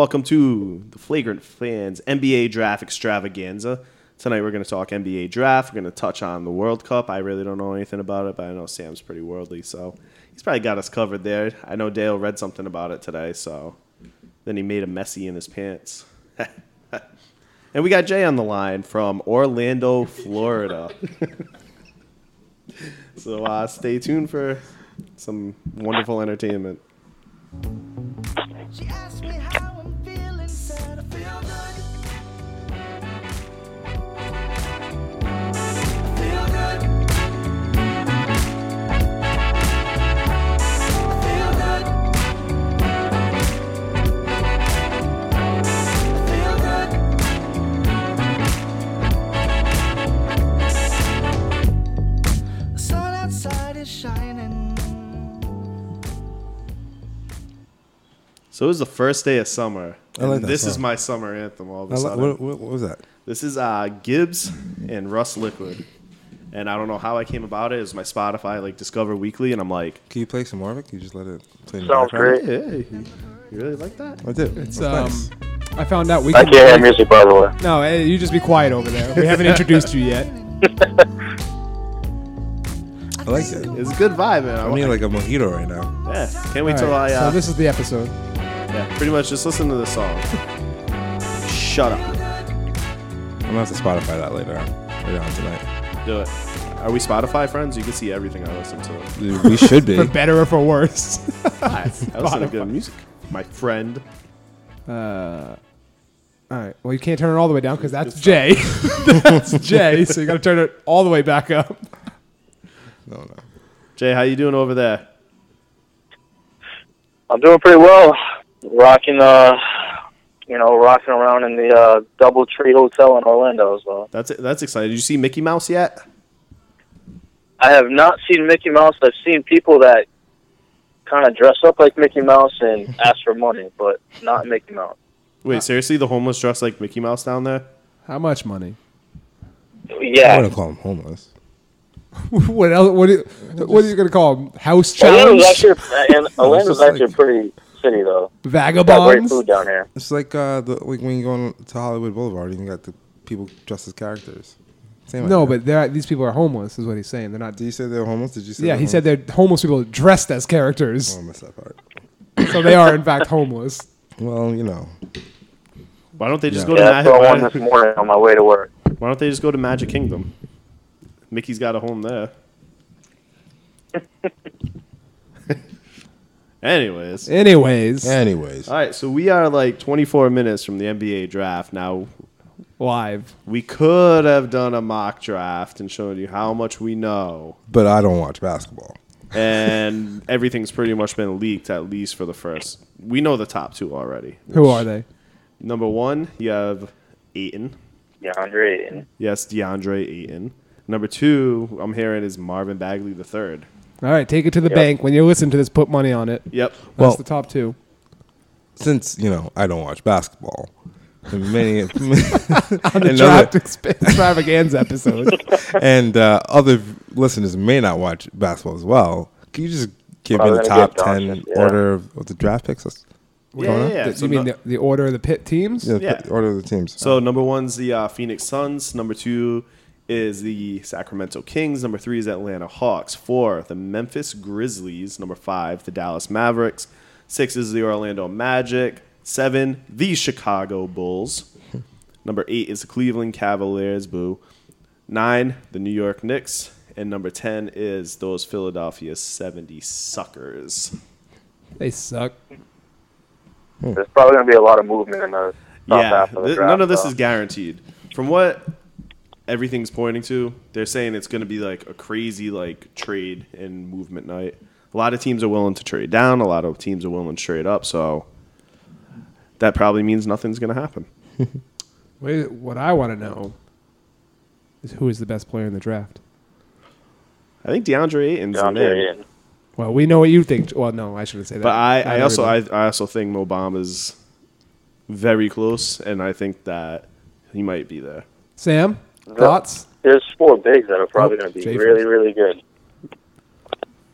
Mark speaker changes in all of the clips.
Speaker 1: Welcome to the Flagrant Fans NBA Draft Extravaganza. Tonight we're going to talk NBA Draft. We're going to touch on the World Cup. I really don't know anything about it, but I know Sam's pretty worldly, so he's probably got us covered there. I know Dale read something about it today, so then he made a messy in his pants. and we got Jay on the line from Orlando, Florida. so uh, stay tuned for some wonderful entertainment.
Speaker 2: She asked me how I'm feeling, said I feel good. I feel good. I feel good. I feel good. The sun outside is shining.
Speaker 1: So it was the first day of summer.
Speaker 3: I
Speaker 1: and
Speaker 3: like that
Speaker 1: this
Speaker 3: song.
Speaker 1: is my summer anthem all of a
Speaker 3: I li-
Speaker 1: sudden.
Speaker 3: what, what, what was that?
Speaker 1: This is uh, Gibbs and Russ Liquid. And I don't know how I came about it. It was my Spotify like Discover Weekly, and I'm like,
Speaker 3: Can you play some more of it? Can you just let it play? in the
Speaker 4: Sounds
Speaker 3: background?
Speaker 4: great.
Speaker 1: hey, you really like that?
Speaker 3: I did.
Speaker 5: It's,
Speaker 3: That's
Speaker 5: um,
Speaker 3: nice.
Speaker 5: I found out we
Speaker 4: I
Speaker 5: can
Speaker 4: can't hear music, by the way.
Speaker 5: No, hey, you just be quiet over there. We haven't introduced you yet.
Speaker 3: I like it.
Speaker 1: It's a good vibe, man.
Speaker 3: I
Speaker 1: I
Speaker 3: need like a mojito right now.
Speaker 1: yeah, can't wait
Speaker 5: All
Speaker 1: till
Speaker 5: right,
Speaker 1: I. Uh,
Speaker 5: so this is the episode.
Speaker 1: yeah, pretty much just listen to this song. Shut up.
Speaker 3: I'm gonna have to Spotify that later on, later on tonight.
Speaker 1: Do it. Are we Spotify friends? You can see everything I listen to.
Speaker 3: Dude, we should be.
Speaker 5: For better or for worse.
Speaker 1: I, I listen to good music. My friend.
Speaker 5: Uh, all right. Well, you can't turn it all the way down because that's Jay. that's Jay. So you got to turn it all the way back up.
Speaker 3: no, no.
Speaker 1: Jay, how you doing over there?
Speaker 4: I'm doing pretty well. Rocking, uh, you know, rocking around in the uh, Double Tree Hotel in Orlando. So
Speaker 1: That's that's exciting. Did you see Mickey Mouse yet?
Speaker 4: I have not seen Mickey Mouse. I've seen people that kind of dress up like Mickey Mouse and ask for money, but not Mickey Mouse.
Speaker 1: Wait, seriously? The homeless dress like Mickey Mouse down there?
Speaker 5: How much money?
Speaker 3: I
Speaker 4: Yeah,
Speaker 3: want to call him homeless.
Speaker 5: what else? What, do- what are you going to call 'em? House
Speaker 4: Orlando's
Speaker 5: challenge?
Speaker 4: actually, uh, and Orlando's
Speaker 3: just
Speaker 4: actually
Speaker 3: like-
Speaker 4: a pretty city though. Got great
Speaker 5: Vagabonds?
Speaker 4: food down here.
Speaker 3: It's like uh, the, like when you go on to Hollywood Boulevard and you got the people dressed as characters. Same.
Speaker 5: No,
Speaker 3: idea.
Speaker 5: but they're, these people are homeless, is what he's saying. They're not.
Speaker 3: did you say they're homeless? Did you say?
Speaker 5: Yeah,
Speaker 3: they're
Speaker 5: he said
Speaker 3: homeless?
Speaker 5: they're homeless people dressed as characters.
Speaker 3: Oh, I missed that part.
Speaker 5: So they are, in fact, homeless.
Speaker 3: Well, you know,
Speaker 1: Why don't they just
Speaker 3: Yeah.
Speaker 1: go to
Speaker 4: Yeah, that's
Speaker 1: Magic?
Speaker 4: what I won
Speaker 1: Why,
Speaker 4: this morning on my way to work.
Speaker 1: why don't they just go to Magic Kingdom? Mickey's got a home there. Anyways,
Speaker 5: Anyways.
Speaker 3: Anyways,
Speaker 4: Uh,
Speaker 1: all right. So we are like 24 minutes from the NBA draft now.
Speaker 5: Live.
Speaker 1: We could have done a mock draft and shown you how much we know,
Speaker 3: but I don't watch basketball.
Speaker 1: and everything's pretty much been leaked at least for the first. We know the top two already.
Speaker 5: Who are they?
Speaker 1: Number one, you have Aiton.
Speaker 4: Yeah, Andre. And
Speaker 1: Yes, DeAndre Ayton. Number two, I'm hearing is Marvin Bagley the third.
Speaker 5: All right, take it to the
Speaker 4: Yep.
Speaker 5: bank. When you listen to this, put money on it. That's
Speaker 1: Yep.
Speaker 3: Well-
Speaker 5: the top two.
Speaker 3: Since you know I don't watch basketball, and many, many
Speaker 5: On the draft exp- extravaganza episode.
Speaker 3: and uh, other v- listeners may not watch basketball as well. Can you just give
Speaker 4: Well,
Speaker 3: me the
Speaker 4: then
Speaker 3: top
Speaker 4: again,
Speaker 3: ten
Speaker 4: Josh, yeah.
Speaker 3: order of, of the draft picks? That's
Speaker 1: Yeah,
Speaker 3: going
Speaker 1: yeah,
Speaker 3: on?
Speaker 1: yeah.
Speaker 5: you
Speaker 1: So
Speaker 5: mean
Speaker 1: no-
Speaker 5: the, the order of the pit teams?
Speaker 3: Yeah, the
Speaker 1: Yeah.
Speaker 3: p- order of the teams.
Speaker 1: So number one's the uh, Phoenix Suns. Number two is the Sacramento Kings. Number three is Atlanta Hawks. Four, the Memphis Grizzlies. Number five, the Dallas Mavericks. Six is the Orlando Magic. Seven, the Chicago Bulls. Number eight is the Cleveland Cavaliers. Boo. Nine, the New York Knicks. And number 10 is those Philadelphia 70 suckers.
Speaker 5: They suck.
Speaker 4: There's probably gonna be a lot of movement in the top
Speaker 1: yeah,
Speaker 4: half of the
Speaker 1: th-
Speaker 4: draft.
Speaker 1: none of this
Speaker 4: though.
Speaker 1: is guaranteed. From what everything's pointing to, they're saying it's going to be like a crazy like trade and movement night. A lot of teams are willing to trade down. A lot of teams are willing to trade up. So that probably means nothing's going to happen.
Speaker 5: Wait, what I want to know is who is the best player in the draft?
Speaker 1: I think DeAndre Ayton's in
Speaker 4: DeAndre
Speaker 1: there,
Speaker 4: Ayton.
Speaker 5: Well, we know what you think. Well, no, I shouldn't say that.
Speaker 1: but I,
Speaker 5: Not
Speaker 1: I also I,
Speaker 5: everybody.
Speaker 1: I also think Mobama's very close, and I think that he might be there.
Speaker 5: Sam, thoughts?
Speaker 4: There's four bigs that are probably going to be
Speaker 5: Jay
Speaker 4: really,
Speaker 5: first.
Speaker 4: really good.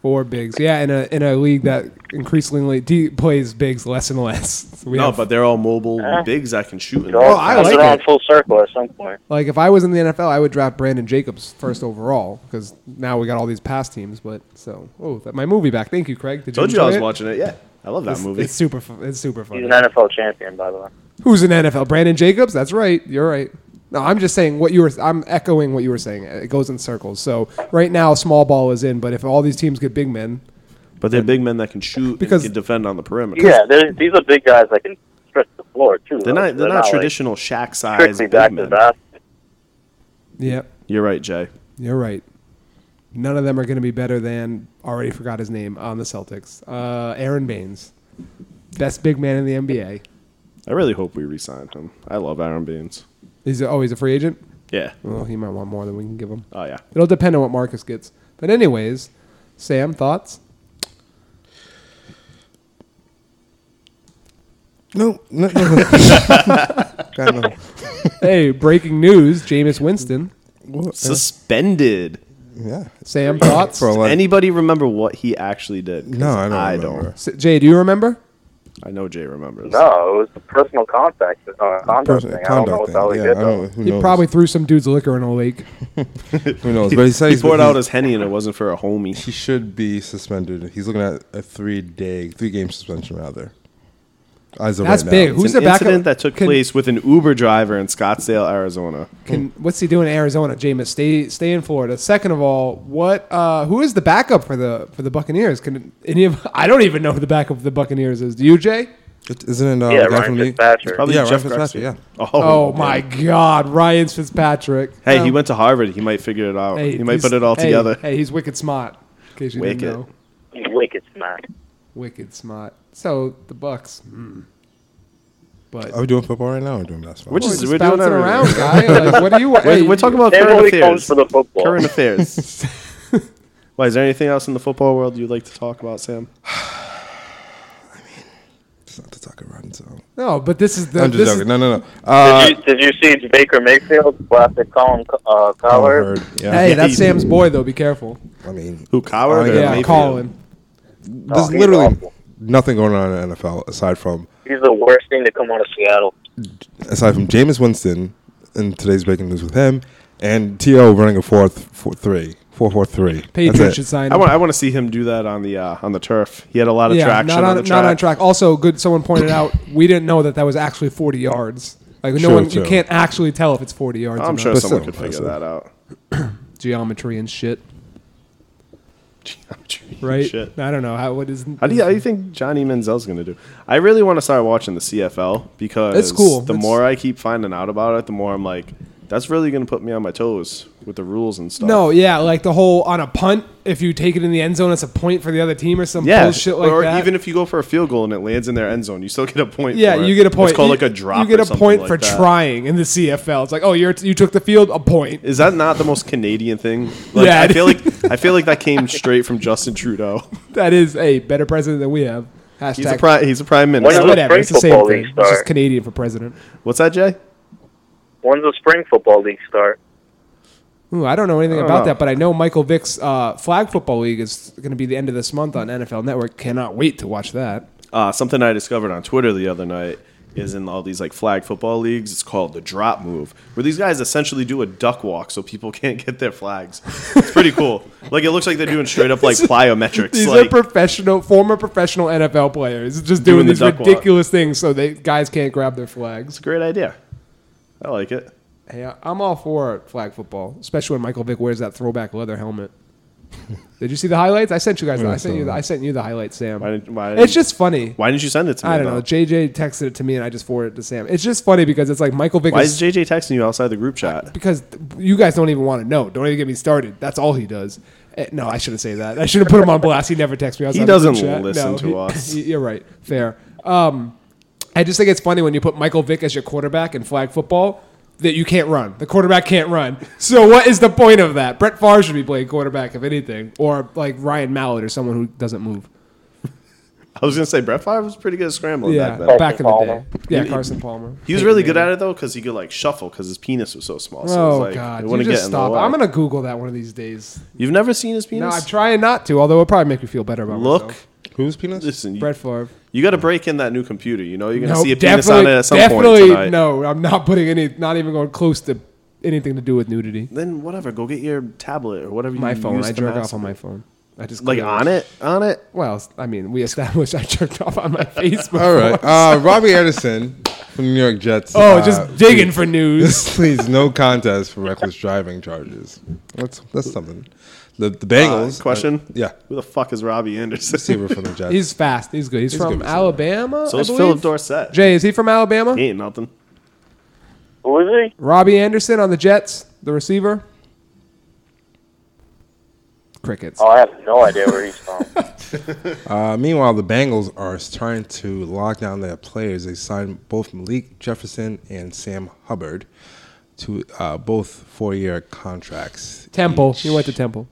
Speaker 5: Four bigs, yeah, in a in a league that increasingly de- plays bigs less and less. We
Speaker 1: No,
Speaker 5: have-
Speaker 1: but they're all mobile bigs that can shoot. in
Speaker 4: It Eh. all
Speaker 1: there.
Speaker 5: I
Speaker 4: comes
Speaker 5: like
Speaker 4: around
Speaker 5: it.
Speaker 4: full circle at some point.
Speaker 5: like if I was in the NFL, I would draft Brandon Jacobs first overall because now we got all these pass teams. But so, oh, that, my movie back. Thank you, Craig. Did
Speaker 1: Told
Speaker 5: you
Speaker 1: you I
Speaker 5: enjoy
Speaker 1: was
Speaker 5: it?
Speaker 1: watching it. Yeah, I love that
Speaker 5: It's-
Speaker 1: movie.
Speaker 5: It's super. Fu- it's super fun.
Speaker 4: He's an NFL champion, by the way.
Speaker 5: Who's an NFL? Brandon Jacobs. That's right. You're right. No, I'm just saying what you were. I'm echoing what you were saying. It goes in circles. So right now, small ball is in. But if all these teams get big men,
Speaker 1: but they're big men that can shoot
Speaker 5: Because-
Speaker 1: and can defend on the perimeter.
Speaker 4: Yeah, they're- these are big guys that can stretch the floor too.
Speaker 1: They're
Speaker 4: though.
Speaker 1: not. They're not
Speaker 4: like,
Speaker 1: traditional Shaq size
Speaker 4: strictly
Speaker 1: big
Speaker 4: back to
Speaker 1: men.
Speaker 4: back.
Speaker 5: yeah,
Speaker 1: You're right, Jay.
Speaker 5: you're right. None of them are going to be better than already forgot his name on the Celtics. Uh, Aaron Baines, best big man in the NBA.
Speaker 1: I really hope we re-sign him. I love Aaron Beans.
Speaker 5: He's oh, he's a free agent.
Speaker 1: Yeah.
Speaker 5: Well, he might want more than we can give him.
Speaker 1: Oh yeah.
Speaker 5: It'll depend on what Marcus gets. But anyways, Sam, thoughts?
Speaker 3: No, no, no. God, no.
Speaker 5: Hey, breaking news: Jameis Winston.
Speaker 3: What?
Speaker 1: Suspended.
Speaker 3: uh, Yeah.
Speaker 5: Sam, thoughts?
Speaker 3: For a lot.
Speaker 1: Anybody remember what he actually did? 'Cause
Speaker 3: no, I don't.
Speaker 1: I
Speaker 3: remember.
Speaker 1: don't.
Speaker 5: S- Jay, do you remember?
Speaker 1: I know Jay remembers.
Speaker 4: No, it was the personal contact, uh, conduct
Speaker 3: Person-
Speaker 4: thing. I don't know
Speaker 3: conduct
Speaker 4: what the hell he
Speaker 3: thing.
Speaker 4: did
Speaker 3: Yeah, I
Speaker 4: though.
Speaker 3: don't- who
Speaker 5: He
Speaker 3: knows?
Speaker 5: probably threw some dude's liquor in a lake.
Speaker 3: who knows. But he said
Speaker 1: He
Speaker 3: he's
Speaker 1: poured
Speaker 3: he's-
Speaker 1: out his henny and it wasn't for a homie.
Speaker 3: he should be suspended. He's looking at a three day, three game suspension rather. As of
Speaker 5: That's
Speaker 3: right
Speaker 5: big.
Speaker 3: Now.
Speaker 5: Who-
Speaker 1: It's
Speaker 5: Who's
Speaker 1: an
Speaker 5: the backup-
Speaker 1: incident that took
Speaker 5: can-
Speaker 1: place with an Uber driver in Scottsdale, Arizona.
Speaker 5: Can what's he doing in Arizona? Jameis, stay stay in Florida. Second of all, what uh, who is the backup for the for the Buccaneers? Can any of I don't even know who the backup for the Buccaneers is. Do you, Jay?
Speaker 3: It- Isn't it? Uh, the
Speaker 4: Yeah,
Speaker 3: guy
Speaker 4: Ryan
Speaker 3: from the-
Speaker 4: Fitzpatrick.
Speaker 1: Probably
Speaker 3: Yeah,
Speaker 1: Jeff
Speaker 3: Ryan
Speaker 1: Garcia.
Speaker 3: Fitzpatrick,
Speaker 1: Oh,
Speaker 5: Oh,
Speaker 1: man.
Speaker 5: my God, Ryan Fitzpatrick.
Speaker 1: Hey,
Speaker 5: Um,
Speaker 1: he went to Harvard. He might figure it out.
Speaker 5: hey,
Speaker 1: he might
Speaker 5: he's-
Speaker 1: put it all
Speaker 5: hey,
Speaker 1: together.
Speaker 5: Hey, he's wicked smart. In case you
Speaker 1: Wicked.
Speaker 5: didn't know,
Speaker 4: He's wicked smart.
Speaker 5: wicked smart. So the Bucks, mm. but
Speaker 3: Are we doing football right now? Or doing basketball?
Speaker 1: Which is-
Speaker 5: just
Speaker 1: Oh, we're doing
Speaker 5: bouncing
Speaker 1: everything.
Speaker 5: around, guy. Like, what are you?
Speaker 1: We're,
Speaker 5: hey,
Speaker 1: we're talking about current
Speaker 4: Everybody comes
Speaker 1: affairs.
Speaker 4: for the football.
Speaker 1: Current affairs. Why is there anything else in the football world you'd like to talk about, Sam?
Speaker 3: It's not to talk around. So
Speaker 5: No, but this is the.
Speaker 3: I'm just
Speaker 5: this
Speaker 3: joking.
Speaker 5: is-
Speaker 3: no, no, no. Uh,
Speaker 4: did, you, did you see Baker Mayfield plastic Colin uh, Collar?
Speaker 3: Howard, Yeah.
Speaker 5: Hey, that's
Speaker 1: Hey.
Speaker 5: Sam's boy, though. Be careful.
Speaker 3: I mean,
Speaker 1: Who Coward?
Speaker 3: Oh,
Speaker 1: or
Speaker 3: yeah,
Speaker 5: Yeah,
Speaker 1: Mayfield?
Speaker 5: Colin.
Speaker 3: there's
Speaker 4: he's
Speaker 3: literally
Speaker 4: awful.
Speaker 3: nothing going on in the NFL aside from
Speaker 4: He's the worst thing to come out of Seattle.
Speaker 3: aside from Jameis Winston and today's breaking news with him and T.O. running a four th- four three four four three.
Speaker 5: Patriots should sign.
Speaker 1: I
Speaker 5: him.
Speaker 1: want. I want to see him do that on the uh, on the turf. He had a lot of traction
Speaker 5: not on,
Speaker 1: the track.
Speaker 5: not on track. Also, good. Someone pointed out we didn't know that that was actually 40 yards. Like no
Speaker 3: True,
Speaker 5: one,
Speaker 3: true.
Speaker 5: you can't actually tell if it's 40 yards. or
Speaker 1: I'm
Speaker 5: not.
Speaker 1: sure
Speaker 3: But
Speaker 1: someone
Speaker 3: still,
Speaker 1: could figure
Speaker 3: impressive.
Speaker 1: that out.
Speaker 5: geometry and shit,
Speaker 1: Geometry,
Speaker 5: right?
Speaker 1: Shit.
Speaker 5: I don't know how. What is?
Speaker 1: How do you, how do you think Johnny Manziel's going to do? I really want to start watching the CFL because
Speaker 5: It's cool.
Speaker 1: the
Speaker 5: It's-
Speaker 1: more I keep finding out about it, the more I'm like, that's really going to put me on my toes with the rules and stuff.
Speaker 5: no, yeah, like the whole on a punt. If you take it in the end zone, it's a point for the other team or some
Speaker 1: yeah,
Speaker 5: bullshit like
Speaker 1: or
Speaker 5: that.
Speaker 1: even if you go for a field goal and it lands in their end zone, you still get a point.
Speaker 5: yeah,
Speaker 1: for it.
Speaker 5: you get a point.
Speaker 1: It's called
Speaker 5: You-
Speaker 1: like a drop.
Speaker 5: You get
Speaker 1: or
Speaker 5: a
Speaker 1: something
Speaker 5: point
Speaker 1: like
Speaker 5: for
Speaker 1: that.
Speaker 5: trying in the CFL. It's like, oh, you're you took the field, a point.
Speaker 1: Is that not the most Canadian thing? Like,
Speaker 5: Yeah,
Speaker 1: I
Speaker 5: it
Speaker 1: feel like I feel like that came straight from Justin Trudeau.
Speaker 5: That is a better president than we have. Hashtag
Speaker 1: He's a prime, he's a prime
Speaker 4: Why
Speaker 1: minister.
Speaker 4: not?
Speaker 5: whatever. It's the
Speaker 4: Spring
Speaker 5: same
Speaker 4: football
Speaker 5: thing.
Speaker 4: league
Speaker 5: It's just
Speaker 4: start.
Speaker 5: Canadian for president.
Speaker 1: When's that, Jay?
Speaker 4: When's the spring football league start?
Speaker 5: Ooh, I don't know anything
Speaker 1: I don't
Speaker 5: about
Speaker 1: know.
Speaker 5: that, but I know Michael Vick's uh, flag football league is going to be the end of this month on NFL Network. Cannot wait to watch that.
Speaker 1: Uh, something I discovered on Twitter the other night is in all these like flag football leagues. It's called the drop move, where these guys essentially do a duck walk so people can't get their flags. It's pretty cool. Like it looks like they're doing straight up like plyometrics.
Speaker 5: These
Speaker 1: like,
Speaker 5: are professional, former professional NFL players, just doing,
Speaker 1: Doing the
Speaker 5: these
Speaker 1: duck walk.
Speaker 5: ridiculous things so they guys can't grab their flags.
Speaker 1: it's a great idea. I like it.
Speaker 5: Hey, I- I'm all for flag football, especially when Michael Vick wears that throwback leather helmet. Did you see the highlights? I sent you guys. the- I sent you. The, I sent you the highlights, Sam.
Speaker 1: Why didn't- why
Speaker 5: it's
Speaker 1: didn't-
Speaker 5: just funny.
Speaker 1: Why didn't you send it to me?
Speaker 5: I don't know.
Speaker 1: though?
Speaker 5: JJ texted it to me, and I just forwarded it to Sam. It's just funny because it's like Michael Vick
Speaker 1: Why
Speaker 5: is
Speaker 1: is JJ texting you outside the group chat?
Speaker 5: because th- you guys don't even want to know. Don't even get me started. That's all he does. Eh, No, I shouldn't say that. I should have put him on blast. He never texts me. I was
Speaker 1: He
Speaker 5: on the group
Speaker 1: doesn't
Speaker 5: chat.
Speaker 1: listen to
Speaker 5: he-
Speaker 1: us.
Speaker 5: You're right. Fair. Um, I just think it's funny when you put Michael Vick as your quarterback in flag football that you can't run. The quarterback can't run. So what is the point of that? Brett Favre should be playing quarterback if anything, or like Ryan Mallett or someone who doesn't move.
Speaker 1: I was gonna say Brett Favre was pretty good at scrambling
Speaker 5: Yeah,
Speaker 1: back then.
Speaker 5: back in the
Speaker 4: Palmer.
Speaker 5: day. Yeah, Carson Palmer.
Speaker 1: He was really good at it though because he could like shuffle because his penis was so small. So it was,
Speaker 5: Oh
Speaker 1: like,
Speaker 5: God!
Speaker 1: it
Speaker 5: You
Speaker 1: wouldn't
Speaker 5: just
Speaker 1: get in
Speaker 5: stop.
Speaker 1: the way.
Speaker 5: I'm gonna Google that one of these days.
Speaker 1: You've never seen his
Speaker 5: No,
Speaker 1: penis?
Speaker 5: I'm trying not to. Although it'll probably make me feel better about
Speaker 1: Look,
Speaker 5: myself.
Speaker 3: Who's penis?
Speaker 1: listen, you-
Speaker 5: Brett Favre.
Speaker 1: you got to break in that new computer. You know, you're gonna
Speaker 5: Nope,
Speaker 1: see a penis on it at some point
Speaker 5: definitely
Speaker 1: tonight.
Speaker 5: no. I'm not putting any. Not even going close to anything to do with nudity.
Speaker 1: Then whatever, go get your tablet or whatever.
Speaker 5: My
Speaker 1: you
Speaker 5: phone.
Speaker 1: Use
Speaker 5: I
Speaker 1: to
Speaker 5: jerk
Speaker 1: mask-
Speaker 5: off on my phone. I just
Speaker 1: Like
Speaker 5: clear
Speaker 1: on it, on it.
Speaker 5: Well, I mean, we established I jerked off on my Facebook.
Speaker 3: All right. Uh, Robbie Anderson from the New York Jets.
Speaker 5: Oh,
Speaker 3: uh,
Speaker 5: just digging for news.
Speaker 3: This leads no contest for reckless driving charges. That's that's something. The the
Speaker 1: Uh,
Speaker 3: Bengals.
Speaker 1: question.
Speaker 3: yeah.
Speaker 1: Who the fuck is Robbie Anderson?
Speaker 3: Receiver from the Jets.
Speaker 5: He's fast. He's good. He's,
Speaker 3: He's
Speaker 5: from
Speaker 3: good.
Speaker 5: Alabama.
Speaker 1: so
Speaker 5: I
Speaker 1: is
Speaker 5: believe.
Speaker 1: Philip Dorsett.
Speaker 5: Jay, is he from Alabama?
Speaker 1: he ain't nothing.
Speaker 4: Who is he?
Speaker 5: Robbie Anderson on the Jets, the receiver. Crickets.
Speaker 4: Oh, I have no idea where he's from.
Speaker 3: Uh, meanwhile, the Bengals are starting to lock down their players. They signed both Malik Jefferson and Sam Hubbard to uh, both four-year contracts.
Speaker 5: Temple.
Speaker 3: each.
Speaker 5: He went to Temple.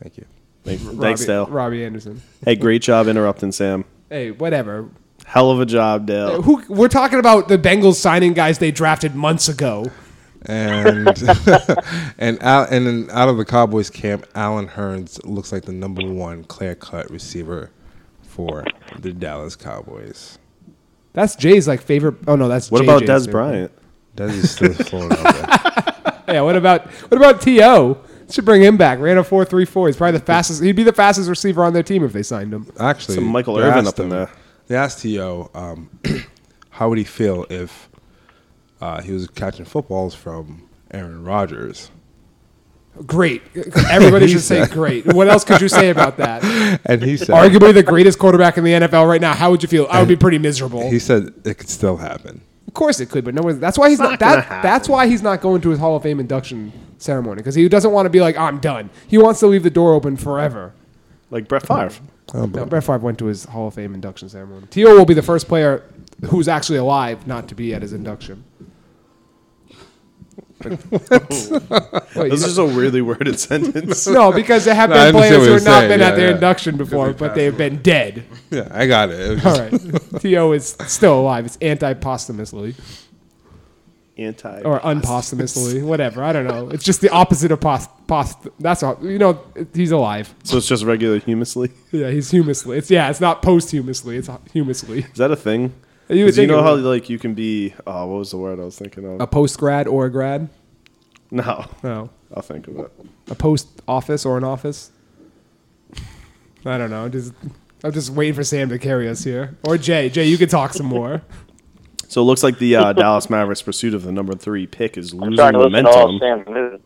Speaker 3: Thank you.
Speaker 1: Thanks, thanks
Speaker 5: Robbie,
Speaker 1: Dale.
Speaker 5: Robbie Anderson.
Speaker 1: Hey, great job interrupting, Sam.
Speaker 5: Hey, whatever.
Speaker 1: Hell of a job, Dale.
Speaker 5: Who we're talking about the Bengals signing guys they drafted months ago.
Speaker 3: And and out and then out of the Cowboys camp, Alan Hearns looks like the number one clear-cut receiver for the Dallas Cowboys.
Speaker 5: That's Jay's like favorite. Oh no, that's
Speaker 1: What
Speaker 5: JJ's
Speaker 1: about Des
Speaker 5: favorite.
Speaker 1: Bryant?
Speaker 3: That is still floating out there.
Speaker 5: Yeah, what about what about To? Should bring him back. Ran a four three four. He's probably the fastest. He'd be the fastest receiver on their team if they signed him.
Speaker 3: Actually,
Speaker 1: Some Michael
Speaker 3: they
Speaker 1: Irvin
Speaker 3: asked
Speaker 1: up in
Speaker 3: him-
Speaker 1: there.
Speaker 3: They asked T.O. Um, how would he feel if uh, he was catching footballs from Aaron Rodgers?
Speaker 5: Great. Everybody should say great. What else could you say about that?
Speaker 3: And he said,
Speaker 5: Arguably the greatest quarterback in the NFL right now. How would you feel? I would be pretty miserable.
Speaker 3: he said it could still happen.
Speaker 5: Of course it could, but no one. That's why he's not.
Speaker 1: not gonna
Speaker 5: That, that's why he's not going to his Hall of Fame induction ceremony because he doesn't want to be like I'm done. He wants to leave the door open forever.
Speaker 1: Like Brett Favre.
Speaker 3: Oh,
Speaker 5: No,
Speaker 3: but
Speaker 5: Brett Favre went to his Hall of Fame induction ceremony. To will be the first player who's actually alive not to be at his induction. Wait,
Speaker 1: This is a weirdly worded sentence.
Speaker 5: no, because there have
Speaker 3: No, I understand
Speaker 5: been players
Speaker 3: what
Speaker 5: who
Speaker 3: you're
Speaker 5: have not
Speaker 3: saying.
Speaker 5: been
Speaker 3: Yeah,
Speaker 5: at their
Speaker 3: yeah.
Speaker 5: induction before,
Speaker 3: Because they
Speaker 5: but they have been dead.
Speaker 3: yeah, I got it. It was
Speaker 5: All
Speaker 3: just-
Speaker 5: right, To is still alive. It's anti posthumously
Speaker 1: Anti.
Speaker 5: or unposthumously, whatever. I don't know. It's just the opposite of post. post that's all. You know, he's alive.
Speaker 1: So it's just regular humusly.
Speaker 5: Yeah, he's humously. It's yeah, it's not posthumously. It's humously.
Speaker 1: Is that a thing?
Speaker 5: You would
Speaker 1: 'Cause You,
Speaker 5: think it
Speaker 1: know how
Speaker 5: would.
Speaker 1: like you can be. Oh, what was the word I was thinking of?
Speaker 5: A post grad or a grad?
Speaker 1: no,
Speaker 5: No.
Speaker 1: I'll think of it.
Speaker 5: a post office or an office. I don't know. Just I'm just waiting for Sam to carry us here, or Jay. Jay, you can talk some more.
Speaker 1: So it looks like the uh, Dallas Mavericks' pursuit of the number three pick is
Speaker 4: I'm
Speaker 1: losing
Speaker 4: trying to listen to all
Speaker 1: momentum.
Speaker 4: Sam Newton.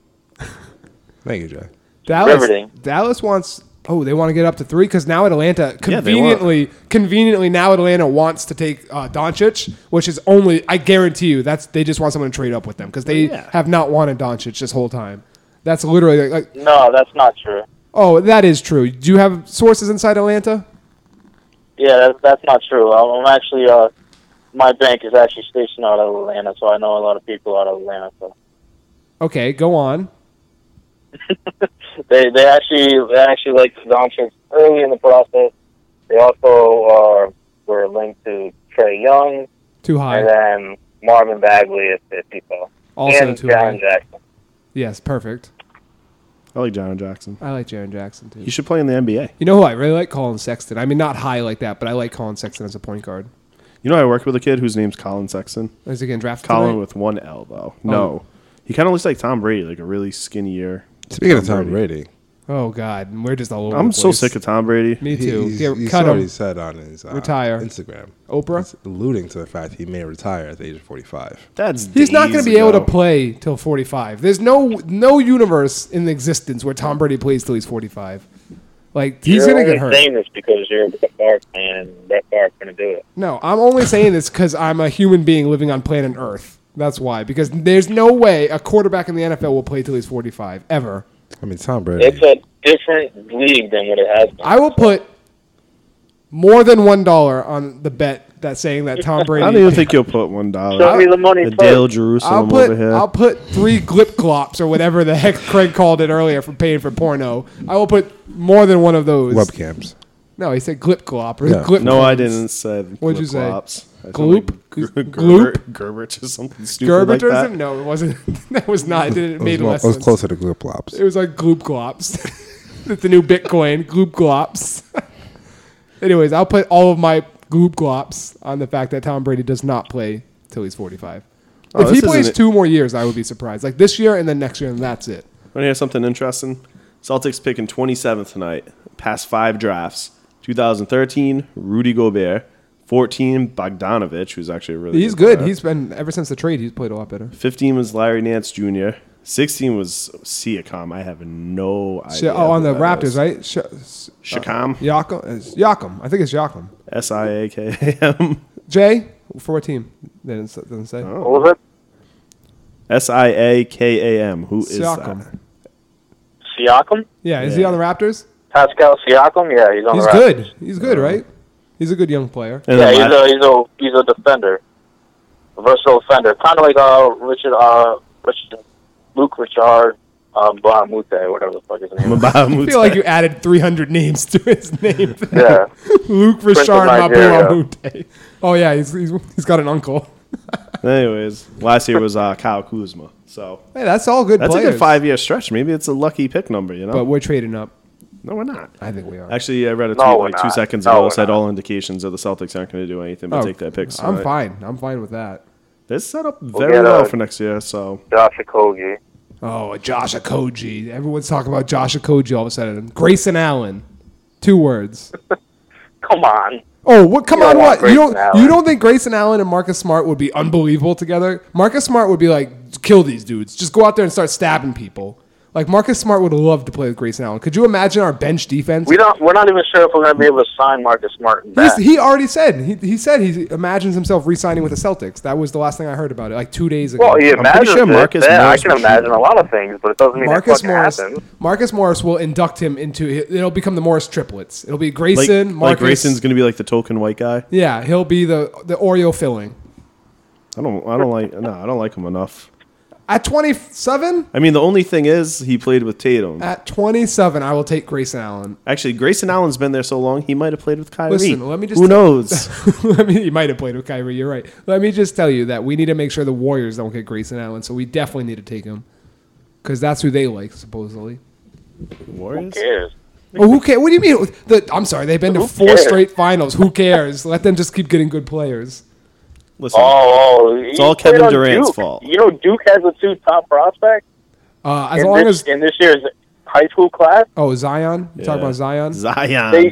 Speaker 3: Thank you, Jay.
Speaker 5: Dallas.
Speaker 4: Riveting.
Speaker 5: Dallas wants. Oh, they want to get up to three because now
Speaker 1: Yeah,
Speaker 5: Atlanta
Speaker 1: they want-
Speaker 5: conveniently, conveniently now Atlanta wants to take uh, Doncic, which is only I guarantee you that's they just want someone to trade up with them because they
Speaker 1: Well, Oh, yeah.
Speaker 5: have not wanted Doncic this whole time. That's literally like, like
Speaker 4: No, that's not true.
Speaker 5: oh that is true. Do you have sources inside Atlanta?
Speaker 4: Yeah, that, that's not true. I'm, I'm actually, uh, my bank is actually stationed out of Atlanta, so I know a lot of people out of Atlanta. So
Speaker 5: Okay, go on.
Speaker 4: they they actually they actually like Doncic early in the process. They also are were linked to Trey Young
Speaker 5: Too high.
Speaker 4: and uh, then Marvin Bagley at 50 so.
Speaker 5: Also
Speaker 4: and
Speaker 5: too
Speaker 4: Jaron
Speaker 5: high.
Speaker 4: Jackson.
Speaker 5: Yes, perfect.
Speaker 1: I like John Jackson.
Speaker 5: I like Jaron Jackson too.
Speaker 1: He should play in the NBA.
Speaker 5: You know who I really like? Colin Sexton. I mean, not high like that, but I like Colin Sexton as a point guard.
Speaker 1: You know, I worked with a kid whose name's Colin Sexton.
Speaker 5: Is he getting drafted?
Speaker 1: Colin
Speaker 5: tonight?
Speaker 1: with one L though.
Speaker 5: Oh.
Speaker 1: No, he kind of looks like Tom Brady, like a really skinnier.
Speaker 3: Speaking of Tom Brady,
Speaker 5: Oh God, and we're just all over.
Speaker 1: I'm
Speaker 5: the
Speaker 1: so
Speaker 5: place.
Speaker 1: sick of Tom Brady.
Speaker 5: Me
Speaker 3: he,
Speaker 5: too.
Speaker 3: he's-
Speaker 5: Yeah,
Speaker 3: you
Speaker 5: cut
Speaker 3: saw what he
Speaker 5: him.
Speaker 3: said on his uh,
Speaker 5: Retire.
Speaker 3: Instagram.
Speaker 5: Oprah?
Speaker 3: He's alluding to the fact he may retire at the age of 45.
Speaker 1: That's
Speaker 5: He's not going
Speaker 1: days
Speaker 5: to be able to
Speaker 1: ago.
Speaker 5: play till 45. There's no no universe in existence where Tom Brady plays till he's 45. Like
Speaker 4: you're
Speaker 5: he's going to
Speaker 4: only
Speaker 5: get hurt.
Speaker 4: saying this because you're a Brett Favre fan, and Brett Favre's going to do it.
Speaker 5: No, I'm only saying this because I'm a human being living on planet Earth. That's why. Because there's no way a quarterback in the NFL will play till he's 45 ever.
Speaker 3: I mean, Tom Brady.
Speaker 4: It's a different league than what it has been.
Speaker 5: I will put more than one dollar on the bet that saying that Tom Brady.
Speaker 1: I don't even think you'll put one dollar.
Speaker 4: Show me the money
Speaker 1: The
Speaker 4: first.
Speaker 1: Dale
Speaker 5: I'll
Speaker 1: Jerusalem
Speaker 5: put
Speaker 1: over here.
Speaker 5: I'll put three glip glops or whatever the heck Craig called it earlier for paying for porno. I will put more than one of those.
Speaker 3: webcams.
Speaker 5: No, he said glip glop or
Speaker 3: Yeah.
Speaker 5: glip.
Speaker 1: No, I
Speaker 5: glops.
Speaker 1: didn't say.
Speaker 5: What'd you say?
Speaker 1: Gloop-glops. I said,
Speaker 5: Gloop?
Speaker 1: like, Ger-
Speaker 5: Gloop?
Speaker 1: Gerber, Gerbert or something stupid like
Speaker 5: Gerbertism?
Speaker 1: that.
Speaker 5: No, it wasn't. That was not. It, didn't, it
Speaker 3: It was,
Speaker 5: made
Speaker 3: more,
Speaker 5: less
Speaker 3: it was
Speaker 5: sense.
Speaker 3: closer to Glip Lops.
Speaker 5: It was like gloop glops. That's the new Bitcoin gloop glops. Anyways, I'll put all of my gloop glops on the fact that Tom Brady does not play till he's 45.
Speaker 1: Oh,
Speaker 5: if he
Speaker 1: this isn't
Speaker 5: plays
Speaker 1: it.
Speaker 5: two more years, I would be surprised. Like this year and then next year, and that's it.
Speaker 1: Want to hear something interesting? Celtics picking 27th tonight. Past five drafts: 2013, Rudy Gobert. 14, Bogdanovich, who's actually a really
Speaker 5: He's good.
Speaker 1: player.
Speaker 5: He's been ever since the trade. He's played a lot better.
Speaker 1: 15 was Larry Nance Jr. 16 was Siakam. I have no idea.
Speaker 5: Sh- oh, on
Speaker 1: who
Speaker 5: the
Speaker 1: that
Speaker 5: Raptors,
Speaker 1: is.
Speaker 5: right? Sh- s-
Speaker 1: Shakam.
Speaker 5: Yakum, it's Yakum. I think it's Yakum.
Speaker 1: S I A K A M.
Speaker 5: Jay for what team? They didn't, s- doesn't say.
Speaker 4: What was
Speaker 1: S I A K A M. Who is
Speaker 5: Siakam.
Speaker 1: that?
Speaker 4: it? Siakam?
Speaker 5: Yeah, is he
Speaker 1: Yeah.
Speaker 5: on the Raptors?
Speaker 4: Pascal Siakam? Yeah, he's on
Speaker 5: He's
Speaker 4: the Raptors.
Speaker 5: good. He's good, right? He's a good young player.
Speaker 1: And
Speaker 4: yeah,
Speaker 1: then
Speaker 4: he's
Speaker 1: la-
Speaker 4: a, he's a he's a defender, a versatile defender, kind of like uh Richard uh Richard Luke Richard um Bahamute, whatever the fuck his name. is.
Speaker 1: Mbah
Speaker 5: I feel like you added 300 names to his name.
Speaker 4: Yeah,
Speaker 5: Luke
Speaker 4: of
Speaker 5: Richard
Speaker 4: Nigeria.
Speaker 5: Mabuamute. Oh, yeah, he's, he's, he's got an uncle.
Speaker 1: Anyways, last year was uh, Kyle Kuzma. So
Speaker 5: Hey, that's all good
Speaker 1: that's
Speaker 5: players.
Speaker 1: a good five year stretch. Maybe it's a lucky pick number, you know?
Speaker 5: But we're trading up.
Speaker 1: no, we're not.
Speaker 5: I think we are.
Speaker 1: Actually, I read a tweet
Speaker 4: No, we're
Speaker 1: like two
Speaker 4: not.
Speaker 1: seconds
Speaker 4: No,
Speaker 1: ago
Speaker 4: we're
Speaker 1: that said
Speaker 4: not.
Speaker 1: all indications that the Celtics aren't going to do anything but
Speaker 5: Oh,
Speaker 1: take that pick. So
Speaker 5: I'm
Speaker 1: I-
Speaker 5: fine. I'm fine with that.
Speaker 1: They're set up
Speaker 4: We'll
Speaker 1: very
Speaker 4: get,
Speaker 1: well
Speaker 4: uh,
Speaker 1: for next year. So
Speaker 4: Josh Okogie.
Speaker 5: Oh, Josh Okoji. Everyone's talking about Josh Okoji all of a sudden. Grayson Allen. Two words.
Speaker 4: Come on,
Speaker 5: Oh, what? Come
Speaker 4: You
Speaker 5: on,
Speaker 4: don't
Speaker 5: what?
Speaker 4: want
Speaker 5: You
Speaker 4: Grayson
Speaker 5: don't.
Speaker 4: Allen.
Speaker 5: You don't think Grayson Allen and Marcus Smart would be unbelievable together? Marcus Smart would be like, kill these dudes. Just go out there and start stabbing people. Like Marcus Smart would love to play with Grayson Allen. Could you imagine our bench defense?
Speaker 4: we don't we're not even sure if we're gonna be able to sign Marcus Martin back.
Speaker 5: He's- he already said he, he said he imagines himself re-signing with the Celtics. That was the last thing I heard about it, like two days ago.
Speaker 4: well, he
Speaker 1: pretty
Speaker 4: imagines
Speaker 1: sure
Speaker 4: it.
Speaker 1: Marcus
Speaker 4: yeah,
Speaker 1: Morris
Speaker 4: I can
Speaker 1: would shoot.
Speaker 4: imagine a lot of things, but it doesn't mean it
Speaker 5: Marcus
Speaker 4: fucking
Speaker 5: Morris.
Speaker 4: happens.
Speaker 5: Marcus Morris will induct him into. It'll become the Morris triplets. It'll be
Speaker 1: like,
Speaker 5: Grayson,
Speaker 1: like
Speaker 5: Marcus.
Speaker 1: Grayson's going to be like the token white guy.
Speaker 5: yeah, he'll be the the Oreo filling.
Speaker 1: I don't. I don't like. No, I don't like him enough.
Speaker 5: At twenty seven,
Speaker 1: I mean, the only thing is he played with Tatum.
Speaker 5: at twenty seven, I will take Grayson Allen.
Speaker 1: Actually, Grayson Allen's been there so long he might have played with Kyrie.
Speaker 5: Listen, let me just
Speaker 1: Who
Speaker 5: tell-
Speaker 1: knows?
Speaker 5: Let me. You might have played with Kyrie. You're right. Let me just tell you that we need to make sure the Warriors don't get Grayson Allen, so we definitely need to take him because that's who they like supposedly.
Speaker 1: Warriors.
Speaker 4: Who cares?
Speaker 5: Well, who cares? What do you mean? The, I'm sorry, they've been to
Speaker 4: Who
Speaker 5: four
Speaker 4: cares?
Speaker 5: straight finals. Who cares? Let them just keep getting good players.
Speaker 1: Listen,
Speaker 4: Oh, oh, it's
Speaker 1: all Kevin Durant's fault.
Speaker 4: You know, Duke has the two top prospects
Speaker 5: Uh, as
Speaker 4: in
Speaker 5: long
Speaker 4: this
Speaker 5: as
Speaker 4: in this year's high school class.
Speaker 5: oh Zion, you talking
Speaker 1: Yeah.
Speaker 5: about Zion.
Speaker 1: Zion.
Speaker 4: They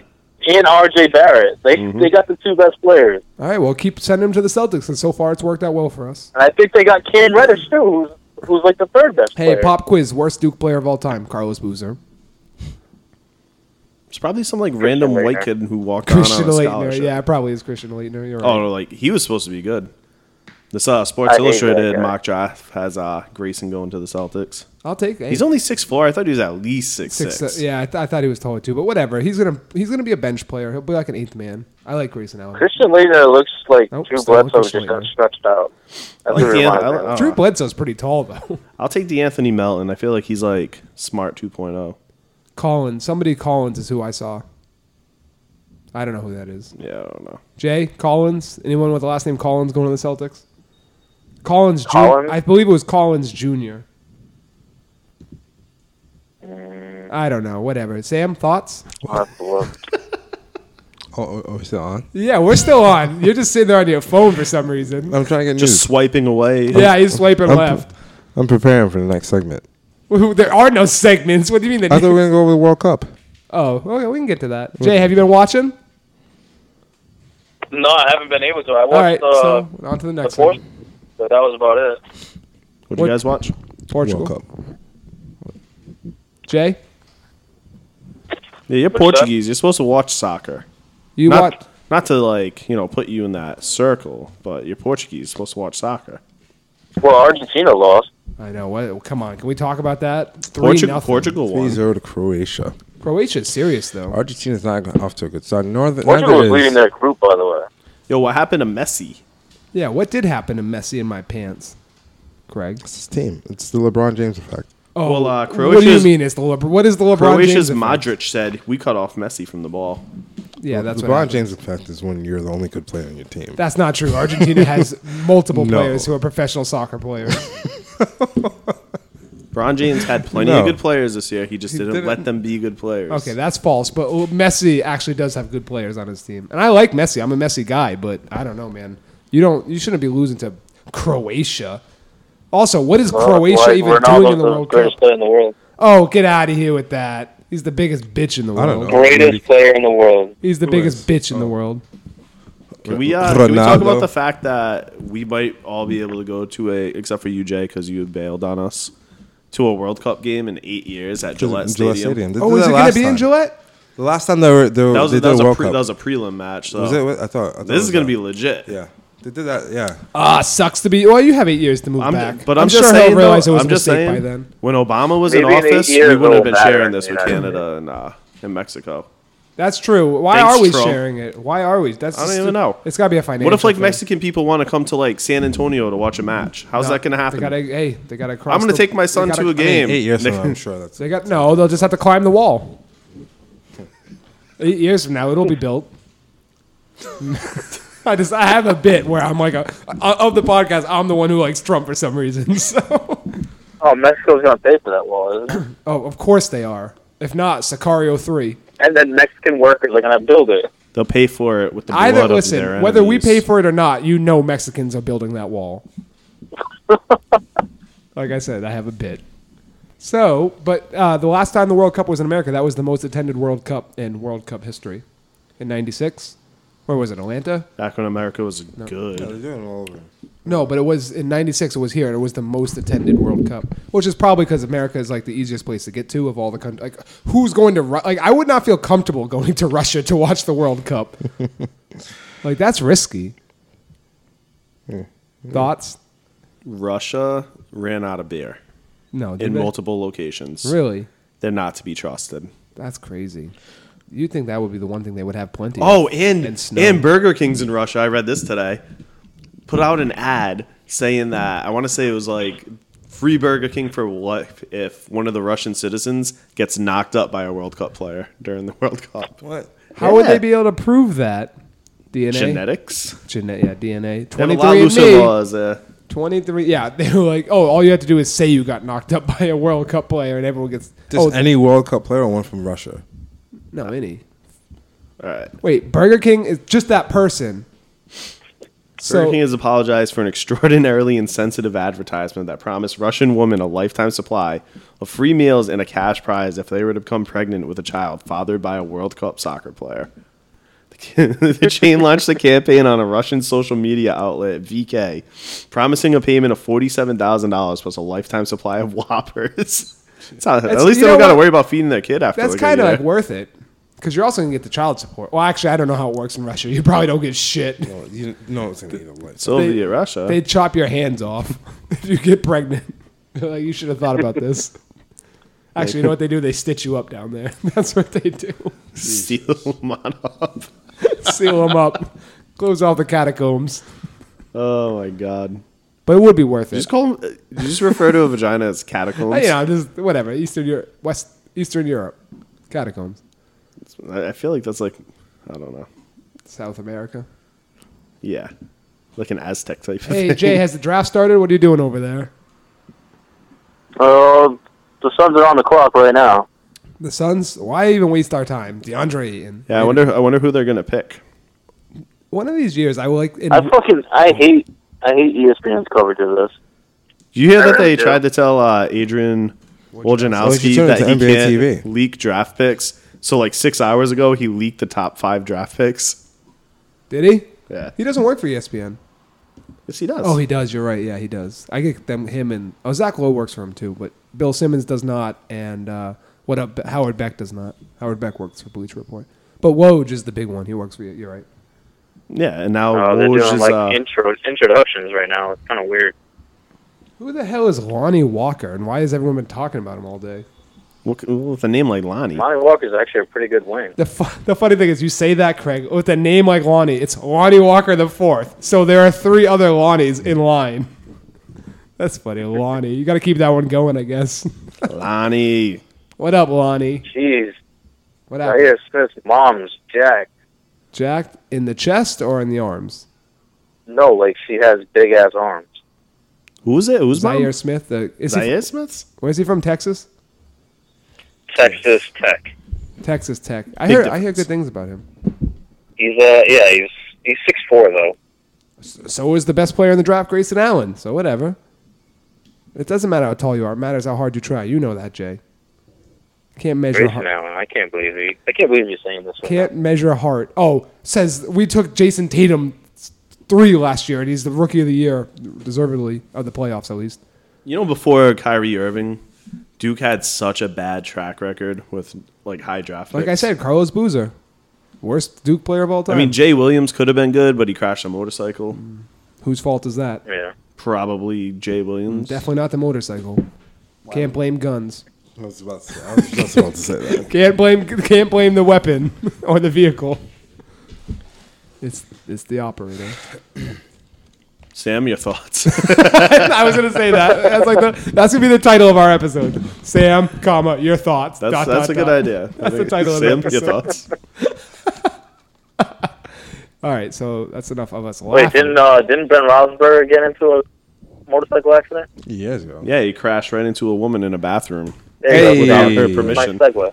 Speaker 4: and RJ Barrett. They
Speaker 5: Mm-hmm.
Speaker 4: they got the two best players.
Speaker 5: All right, well, keep sending him to the Celtics, and so far it's worked out well for us.
Speaker 4: And I think they got Cam Reddish too, who's, who's like the third best
Speaker 5: Hey,
Speaker 4: player.
Speaker 5: pop quiz: worst Duke player of all time, Carlos Boozer.
Speaker 1: It's probably some like random
Speaker 4: Leitner.
Speaker 1: white kid who walked
Speaker 5: Christian
Speaker 1: on on a
Speaker 5: Leitner,
Speaker 1: scholarship.
Speaker 5: yeah, it probably is Christian Leitner. You're right.
Speaker 1: Oh, no, like he was supposed to be good. This uh, Sports
Speaker 4: I hate that
Speaker 1: Illustrated
Speaker 4: guy.
Speaker 1: mock draft has uh, Grayson going to the Celtics.
Speaker 5: I'll take. Hey,
Speaker 1: He's only six four. I thought he was at least six
Speaker 5: six.
Speaker 1: six.
Speaker 5: uh, yeah, I, th- I thought he was taller too, but whatever. He's gonna he's gonna be a bench player. He'll be like an eighth man. I like Grayson Allen.
Speaker 4: Christian Leitner looks like
Speaker 5: Nope,
Speaker 4: Drew
Speaker 5: still with
Speaker 4: Bledsoe just
Speaker 5: Christian
Speaker 4: got
Speaker 5: Leitner.
Speaker 4: stretched out. That's
Speaker 1: like
Speaker 4: what
Speaker 1: the
Speaker 5: uh,
Speaker 4: it
Speaker 1: other-
Speaker 4: reminds me
Speaker 1: I-
Speaker 4: of.
Speaker 5: Drew Bledsoe's pretty tall though.
Speaker 1: I'll take the Anthony Melton. I feel like he's like smart oh. 2.0.
Speaker 5: Collins, somebody Collins is who I saw. I don't know who that is.
Speaker 1: Yeah, I don't know.
Speaker 5: Jay Collins. Anyone with the last name Collins going to the Celtics? Collins, Jr.
Speaker 4: Collins?
Speaker 5: I believe it was Collins Jr. I don't know. Whatever. Sam, thoughts?
Speaker 4: I'll have to look.
Speaker 3: Oh, oh, oh, still on?
Speaker 5: Yeah, we're still on. You're just sitting there on your phone for some reason.
Speaker 3: I'm trying to get
Speaker 1: Just
Speaker 3: news.
Speaker 1: swiping away.
Speaker 5: Hmm. Yeah, he's swiping
Speaker 3: I'm-
Speaker 5: left.
Speaker 3: I'm preparing for the next segment.
Speaker 5: Who- There are no segments. What do you mean?
Speaker 3: I thought we were going
Speaker 5: The
Speaker 3: to go over the World Cup.
Speaker 5: oh, okay, we can get to that. Jay, have you been watching?
Speaker 4: No, I haven't been able to. I
Speaker 5: All right,
Speaker 4: watched uh,
Speaker 5: so on to the
Speaker 4: the
Speaker 5: next
Speaker 4: fourth,
Speaker 5: one.
Speaker 4: but that was about it.
Speaker 1: What do
Speaker 5: What-
Speaker 1: you guys watch?
Speaker 5: Portugal.
Speaker 3: World Cup.
Speaker 5: Jay,
Speaker 1: Yeah, you're
Speaker 4: What's that?
Speaker 1: Portuguese. You're supposed to watch soccer.
Speaker 5: you
Speaker 1: not,
Speaker 5: watch?
Speaker 1: not to like you know put you in that circle, but you're Portuguese. You're supposed to watch soccer.
Speaker 4: Well, Argentina lost.
Speaker 5: I know. What? Come on. Can we talk about that? Three
Speaker 1: Portugal,
Speaker 5: nothing.
Speaker 1: Portugal won.
Speaker 3: 3 0 to Croatia.
Speaker 5: Croatia's serious though.
Speaker 3: Argentina's not off to a good start. Northern.
Speaker 4: Portugal
Speaker 3: neither
Speaker 4: was
Speaker 3: is-
Speaker 4: leading their group, by the way.
Speaker 1: Yo, what happened to Messi?
Speaker 5: Yeah, what did happen to Messi in my pants, Craig?
Speaker 3: It's his team. It's the LeBron James effect.
Speaker 5: Oh,
Speaker 1: Well, uh,
Speaker 5: what do you
Speaker 1: Croatia's-
Speaker 5: mean? Is the Lebr- what is the LeBron
Speaker 1: Croatia's
Speaker 5: James effect?
Speaker 1: Modric said we cut off Messi from the ball.
Speaker 5: Yeah, that's what
Speaker 3: LeBron
Speaker 5: happened.
Speaker 3: James' effect is when you're the only good player on your team.
Speaker 5: That's not true. Argentina has multiple
Speaker 3: No.
Speaker 5: players who are professional soccer players.
Speaker 1: LeBron James had plenty
Speaker 3: No.
Speaker 1: of good players this year. He just didn't,
Speaker 3: didn't-
Speaker 1: let them be good players.
Speaker 5: Okay, that's false. But Messi actually does have good players on his team, and I like Messi. I'm a Messi guy, but I don't know, man. You don't. You shouldn't be losing to Croatia. Also, what is Croatia
Speaker 4: Like,
Speaker 5: even
Speaker 4: Ronaldo's
Speaker 5: doing in the World
Speaker 4: greatest
Speaker 5: Cup?
Speaker 4: player in the world.
Speaker 5: Oh, get out of here with that. He's the biggest bitch in the
Speaker 3: I don't
Speaker 5: world.
Speaker 3: know. Oh.
Speaker 4: Greatest player in the world.
Speaker 5: He's the biggest bitch in the world.
Speaker 1: Can we, uh, can we talk
Speaker 3: Ronaldo.
Speaker 1: about the fact that we might all be able to go to a, except for you, Jay, because you bailed on us, to a World Cup game in eight years at Gillette, Stadium.
Speaker 3: They
Speaker 5: Oh,
Speaker 3: did
Speaker 5: is
Speaker 3: that
Speaker 5: it going
Speaker 3: last
Speaker 5: to be in
Speaker 3: time.
Speaker 5: Gillette?
Speaker 3: The last time they were, they were
Speaker 1: That was,
Speaker 3: they did
Speaker 1: that, was
Speaker 3: a
Speaker 1: a
Speaker 3: World
Speaker 1: pre,
Speaker 3: Cup.
Speaker 1: that was a prelim match. So
Speaker 3: was it? What- I thought, I thought
Speaker 1: this is going to
Speaker 3: to
Speaker 1: be legit.
Speaker 3: yeah. They did that. Yeah.
Speaker 5: Ah, sucks to be. Well, you have eight years to move
Speaker 1: I'm,
Speaker 5: back.
Speaker 1: but I'm,
Speaker 5: sure
Speaker 1: just saying,
Speaker 5: he'll realize
Speaker 1: though,
Speaker 5: it was
Speaker 1: I'm
Speaker 5: a
Speaker 1: just
Speaker 5: mistake
Speaker 1: saying,
Speaker 5: by then.
Speaker 1: when Obama was
Speaker 4: Maybe
Speaker 1: in
Speaker 4: in eight
Speaker 1: office, we
Speaker 4: years
Speaker 1: wouldn't
Speaker 4: it'll
Speaker 1: have been
Speaker 4: matter
Speaker 1: sharing
Speaker 4: in
Speaker 1: this
Speaker 4: the
Speaker 1: with
Speaker 4: United
Speaker 1: Canada and, uh, and Mexico.
Speaker 5: That's true. Why
Speaker 1: Thanks,
Speaker 5: are we
Speaker 1: Trump.
Speaker 5: sharing it? Why are we? That's
Speaker 1: I don't
Speaker 5: just-
Speaker 1: even know.
Speaker 5: It's got to be a financial.
Speaker 1: What if like
Speaker 5: thing.
Speaker 1: Mexican people want to come to like San Antonio to watch a match? How's that going to happen?
Speaker 5: They gotta, hey, they got to cross.
Speaker 1: I'm going to
Speaker 5: the-
Speaker 1: take my
Speaker 5: they
Speaker 1: son
Speaker 5: gotta-
Speaker 1: to a game.
Speaker 3: Eight years
Speaker 1: They-
Speaker 3: from now, I'm sure that's.
Speaker 5: They got no. They'll just have to climb the wall. Eight years from now, it'll be built. I just I have a bit where I'm like a, uh, of the podcast. I'm the one who likes Trump for some reason. So
Speaker 4: Oh, Mexico's gonna pay for that wall, isn't it?
Speaker 5: oh, of course they are. If not, Sicario three.
Speaker 4: and then Mexican workers are gonna build it.
Speaker 1: They'll pay for it with the blood
Speaker 5: Either
Speaker 1: of
Speaker 5: listen,
Speaker 1: their
Speaker 5: whether we pay
Speaker 1: enemies.
Speaker 5: for it or not, you know Mexicans are building that wall. like I said, I have a bit. So, but uh, the last time the World Cup was in America, that was the most attended World Cup in World Cup history. In '96, where was it? Atlanta?
Speaker 1: back when America was good.
Speaker 3: They're doing it all over.
Speaker 5: No, but it was in '96. It was here. and It was the most attended World Cup, which is probably because America is like the easiest place to get to of all the countries. Like, who's going to Ru- like? I would not feel comfortable going to Russia to watch the World Cup. like, that's risky. Thoughts?
Speaker 1: Russia ran out of beer
Speaker 5: No, did
Speaker 1: in
Speaker 5: they?
Speaker 1: multiple locations.
Speaker 5: Really,
Speaker 1: They're not to be trusted.
Speaker 5: that's crazy. You'd think that would be the one thing they would have plenty? of.
Speaker 1: Oh, and
Speaker 5: And
Speaker 1: and,
Speaker 5: snow.
Speaker 1: Burger King's in Russia. I read this today. Put out an ad saying that I want to say it was like free Burger King for life if one of the Russian citizens gets knocked up by a World Cup player during the World Cup.
Speaker 3: What?
Speaker 5: how would they be able to prove that? DNA,
Speaker 1: Genetics.
Speaker 5: Gene- yeah, DNA.
Speaker 1: They have a
Speaker 5: Twenty
Speaker 1: lot
Speaker 5: three
Speaker 1: of
Speaker 5: and
Speaker 1: looser laws. Uh,
Speaker 5: 23 yeah they were like oh all you have to do is say you got knocked up by a world cup player and everyone gets
Speaker 3: Just
Speaker 5: oh
Speaker 3: any World Cup player or one from Russia?
Speaker 5: no any
Speaker 1: all right.
Speaker 5: wait burger king is just that person
Speaker 1: Burger
Speaker 5: so
Speaker 1: King has apologized for an extraordinarily insensitive advertisement that promised Russian women a lifetime supply of free meals and a cash prize if they were to become pregnant with a child fathered by a World Cup soccer player. the chain launched the campaign on a Russian social media outlet, VK, promising a payment of $47,000 plus a lifetime supply of Whoppers. It's not- at
Speaker 5: It's-
Speaker 1: least
Speaker 5: you
Speaker 1: they don't
Speaker 5: know
Speaker 1: got to
Speaker 5: what?
Speaker 1: worry about feeding their kid after
Speaker 5: that's
Speaker 1: like a
Speaker 5: kind of
Speaker 1: year.
Speaker 5: like worth it because you're also gonna get the child support well actually i don't know how it works in russia you probably don't get shit
Speaker 1: Oh,
Speaker 3: No, you know it's gonna be the list.
Speaker 1: Soviet Russia.
Speaker 5: they chop your hands off if you get pregnant like you should have thought about this actually you know what they do they stitch you up down there that's what they do
Speaker 1: steal them on up.
Speaker 5: seal them up close all the catacombs
Speaker 1: Oh my God.
Speaker 5: but it would be worth it
Speaker 1: Just call them, you just refer to a vagina as catacombs.
Speaker 5: you know, Uh, just whatever. Eastern Europe, West Eastern Europe, catacombs,
Speaker 1: I I feel like that's like, I don't know.
Speaker 5: South America.
Speaker 1: Yeah. Like an Aztec type. of
Speaker 5: Hey
Speaker 1: thing.
Speaker 5: Jay, has the draft started? What are you doing over there?
Speaker 4: Uh, the Suns are on the clock right now.
Speaker 5: The Suns. Why even waste our time? DeAndre and
Speaker 1: Yeah, I wonder. I wonder who they're gonna pick.
Speaker 5: One of these years, I will like. In,
Speaker 4: I fucking I hate I hate E ESPN's coverage of this.
Speaker 1: Did you hear that they
Speaker 4: Yeah.
Speaker 1: tried to tell uh, Adrian Wojnarowski
Speaker 3: turn
Speaker 1: that
Speaker 3: it
Speaker 1: he
Speaker 3: to NBA
Speaker 1: can't
Speaker 3: TV.
Speaker 1: leak draft picks? So like six hours ago, he leaked the top five draft picks.
Speaker 5: did he?
Speaker 1: Yeah,
Speaker 5: He doesn't work for E ESPN.
Speaker 1: yes, he does.
Speaker 5: Oh, he does. You're right. Yeah, he does. I get them him and oh Zach Lowe works for him too, but Bill Simmons does not, and uh, what up Howard Beck does not. Howard Beck works for Bleacher Report, but Woj is the big one. He works for you. You're right.
Speaker 1: yeah, and now
Speaker 4: Uh, they're
Speaker 1: Woj
Speaker 4: doing
Speaker 1: is
Speaker 4: like
Speaker 1: uh,
Speaker 4: intro introductions right now. It's kind of weird.
Speaker 5: Who the hell is Lonnie Walker, and why has everyone been talking about him all day?
Speaker 1: look- with a name like Lonnie.
Speaker 4: Lonnie Walker's actually a pretty good wing.
Speaker 5: The, fu- the funny thing is, you say that, Craig, with a name like Lonnie, it's Lonnie Walker the fourth. So there are three other Lonnies in line. That's funny, Lonnie. You got to keep that one going, I guess.
Speaker 1: Lonnie.
Speaker 5: what up, Lonnie?
Speaker 4: Jeez,
Speaker 5: What up?
Speaker 4: Zaire Smith's mom's Jack.
Speaker 5: Jacked in the chest or in the arms?
Speaker 4: No, like she has big ass arms.
Speaker 1: Who is it? Who's my
Speaker 5: Zaire Smith. The, is he,
Speaker 1: Zaire Smiths?
Speaker 5: where is he from? Texas?
Speaker 4: Texas Tech.
Speaker 5: Texas Tech. I
Speaker 1: Big
Speaker 5: hear I hear
Speaker 1: difference.
Speaker 5: good things about him.
Speaker 4: He's uh yeah he's he's six four though.
Speaker 5: So is the best player in the draft, Grayson Allen. So whatever. It doesn't matter how tall you are. It matters how hard you try. You know that, Jay. Can't measure a
Speaker 4: Grayson
Speaker 5: heart.
Speaker 4: Allen. I can't believe he. I Uh-huh. can't believe you're saying this. right
Speaker 5: Can't measure a heart. Oh, says we took Jason Tatum three last year, and he's the rookie of the year, deservedly of the playoffs at least.
Speaker 1: You know, before Kyrie Irving, Duke had such a bad track record with like high draft.
Speaker 5: Like I
Speaker 1: picks.
Speaker 5: said, Carlos Boozer, worst Duke player of all
Speaker 1: I
Speaker 5: time.
Speaker 1: mean Jay Williams could have been good, but he crashed a motorcycle.
Speaker 5: whose fault is that?
Speaker 4: now. Yeah.
Speaker 1: Probably Jay Williams.
Speaker 5: Definitely not the motorcycle. Can't blame guns.
Speaker 3: I was, about to say, I was just about to say that.
Speaker 5: Can't blame can't blame the weapon or the vehicle. It's it's the operator.
Speaker 1: Sam, your thoughts?
Speaker 5: I was gonna say that. That's like the, that's gonna be the title of our episode. Sam, comma, your thoughts.
Speaker 1: That's,
Speaker 5: dot,
Speaker 1: that's
Speaker 5: dot,
Speaker 1: a good
Speaker 5: dot.
Speaker 1: idea. I
Speaker 5: That's the
Speaker 1: think-
Speaker 5: title of the
Speaker 1: Sam,
Speaker 5: episode.
Speaker 1: your thoughts?
Speaker 5: All right, so that's enough of us laughing.
Speaker 4: Wait, didn't uh, didn't Ben Roethlisberger get into a motorcycle accident?
Speaker 3: Years ago.
Speaker 1: Yeah, he crashed right into a woman in a bathroom
Speaker 4: There you
Speaker 3: Hey.
Speaker 4: go,
Speaker 1: without her
Speaker 3: Hey.
Speaker 4: my
Speaker 1: permission.
Speaker 4: segue.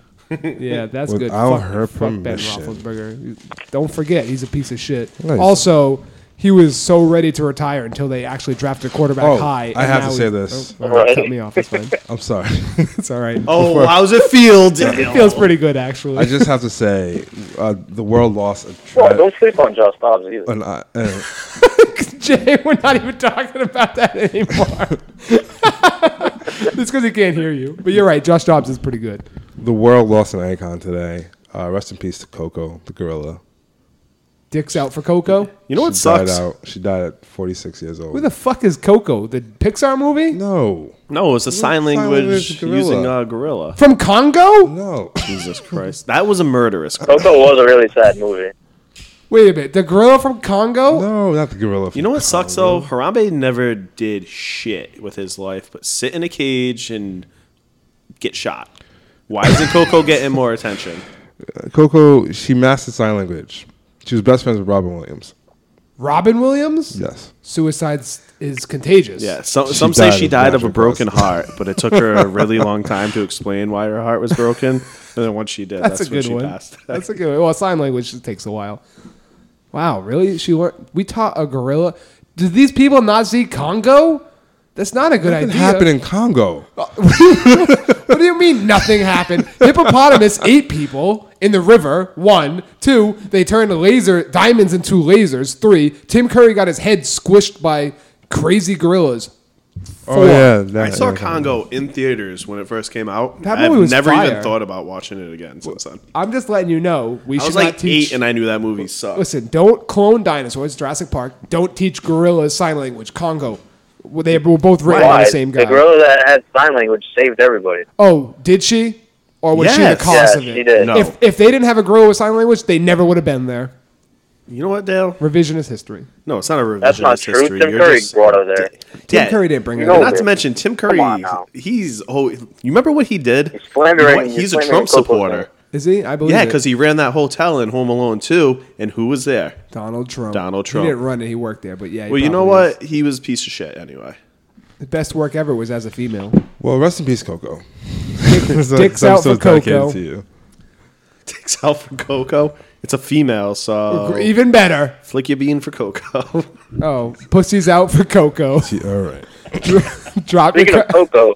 Speaker 5: yeah, that's good.
Speaker 3: Without
Speaker 5: Fuck,
Speaker 3: her
Speaker 5: fuck Ben
Speaker 3: permission.
Speaker 5: Roethlisberger. Don't forget, he's a piece of shit.
Speaker 3: Nice.
Speaker 5: Also, he was so ready to retire until they actually drafted a quarterback
Speaker 3: Oh,
Speaker 5: high.
Speaker 3: I
Speaker 5: and
Speaker 3: have
Speaker 5: now
Speaker 3: to
Speaker 5: he-
Speaker 3: say this.
Speaker 5: Oh, all right,
Speaker 4: Right.
Speaker 5: Cut me off. That's fine.
Speaker 3: I'm sorry.
Speaker 5: It's all right.
Speaker 1: Oh, how's it feel,
Speaker 5: It feels pretty good actually.
Speaker 3: I just have to say, uh, the world lost a
Speaker 4: Well,
Speaker 3: track.
Speaker 4: don't sleep on Josh Dobbs either.
Speaker 5: Oh,
Speaker 3: An, uh, uh,
Speaker 5: Jay, we're not even talking about that anymore. it's because he can't hear you. But you're right. Josh Dobbs is pretty good.
Speaker 3: the world lost an icon today. Uh, rest in peace to Coco, the gorilla.
Speaker 5: Dicks out for Coco.
Speaker 1: You know what
Speaker 3: She
Speaker 1: sucks?
Speaker 3: Died out. She died at 46 years old.
Speaker 5: Who the fuck is Coco? The Pixar movie
Speaker 3: no,
Speaker 1: No, it's a sign
Speaker 3: sign
Speaker 1: language
Speaker 3: language gorilla?
Speaker 1: using a gorilla.
Speaker 5: from Congo?
Speaker 3: no.
Speaker 1: Jesus Christ, that was a murderous. crime.
Speaker 4: Coco was a really sad movie.
Speaker 5: Wait a minute. The girl from Congo?
Speaker 3: No, not the gorilla.
Speaker 1: You know what sucks though? Harambe never did shit with his life, but sit in a cage and get shot. Why isn't Coco getting more attention?
Speaker 3: Coco, she mastered sign language. She was best friends with Robin Williams.
Speaker 5: Robin Williams?
Speaker 3: Yes.
Speaker 5: Suicide is contagious.
Speaker 1: Yeah, some,
Speaker 3: She
Speaker 1: some say
Speaker 3: died
Speaker 1: she
Speaker 3: of
Speaker 1: died of a
Speaker 3: natural
Speaker 1: broken
Speaker 3: causes.
Speaker 1: heart, but it took her a really long time to explain why her heart was broken. And then once she did, that's,
Speaker 5: That's, a
Speaker 1: when
Speaker 5: good
Speaker 1: she
Speaker 5: one.
Speaker 1: passed.
Speaker 5: That's a good one. Well, sign language just takes a while. Wow, really? She learned. We taught a gorilla. Did these people not see Congo? That's not a good
Speaker 3: It
Speaker 5: idea.
Speaker 3: happened in Congo.
Speaker 1: Uh,
Speaker 5: What do you mean nothing happened? Hippopotamus ate people in the river. One, two. They turned laser diamonds into lasers. Three. Tim Curry got his head squished by crazy gorillas.
Speaker 3: Oh yeah,
Speaker 1: I
Speaker 3: that-
Speaker 1: saw
Speaker 3: yeah.
Speaker 1: Congo in theaters when it first came out.
Speaker 5: That
Speaker 1: I've
Speaker 5: movie was
Speaker 1: never
Speaker 5: fire.
Speaker 1: even thought about watching it again since then.
Speaker 5: I'm just letting you know we
Speaker 1: I
Speaker 5: should
Speaker 1: was
Speaker 5: not
Speaker 1: like
Speaker 5: teach.
Speaker 1: eight, and I knew that movie sucked.
Speaker 5: Listen, don't clone dinosaurs. Jurassic Park. Don't teach gorillas sign language. Congo. Well, They were both written by
Speaker 4: Why?
Speaker 5: the same guy.
Speaker 4: The girl that had sign language saved everybody.
Speaker 5: oh, did she? Or was she the
Speaker 1: Yes.
Speaker 5: cause
Speaker 4: Yes,
Speaker 5: of it?
Speaker 4: she did.
Speaker 1: No.
Speaker 5: If, if they didn't have a gorilla with sign language, they never would have been there.
Speaker 1: you know what, Dale?
Speaker 5: Revisionist history.
Speaker 1: No, it's not a revisionist
Speaker 4: That's not true.
Speaker 1: history.
Speaker 4: Tim
Speaker 1: You're
Speaker 4: Curry
Speaker 1: just-
Speaker 4: brought her there.
Speaker 5: Tim
Speaker 1: Yeah.
Speaker 5: Curry didn't bring
Speaker 4: You
Speaker 5: it. up.
Speaker 4: know
Speaker 1: Not
Speaker 4: it.
Speaker 1: to mention Tim Curry.
Speaker 4: on now.
Speaker 1: He's oh, you remember what he did? You know
Speaker 4: slandering-
Speaker 1: what?
Speaker 4: you're
Speaker 1: He's a
Speaker 4: slandering
Speaker 1: Trump
Speaker 4: Coco's
Speaker 1: supporter.
Speaker 5: Is he? I believe.
Speaker 1: Yeah,
Speaker 5: it.
Speaker 1: because he ran that hotel in Home Alone too, and who was there?
Speaker 5: Donald Trump.
Speaker 1: Donald
Speaker 5: He
Speaker 1: Trump.
Speaker 5: didn't run it. He worked there, but yeah. he
Speaker 1: Well, you know
Speaker 5: probably
Speaker 1: what? He was a piece of shit anyway.
Speaker 5: is. His best work ever was as a female.
Speaker 3: Well, rest in peace, Coco. So-
Speaker 5: dicks
Speaker 3: so I'm
Speaker 5: out
Speaker 3: so
Speaker 5: for
Speaker 3: dedicated
Speaker 5: Coco.
Speaker 3: To you.
Speaker 1: Takes out for Coco. It's a female, so
Speaker 5: Even better.
Speaker 1: flick your bean for Coco.
Speaker 5: Oh, pussy's out for Coco.
Speaker 3: Gee, All right.
Speaker 1: Oh
Speaker 5: Drop your.
Speaker 4: Speaking of
Speaker 5: Co-
Speaker 4: Coco,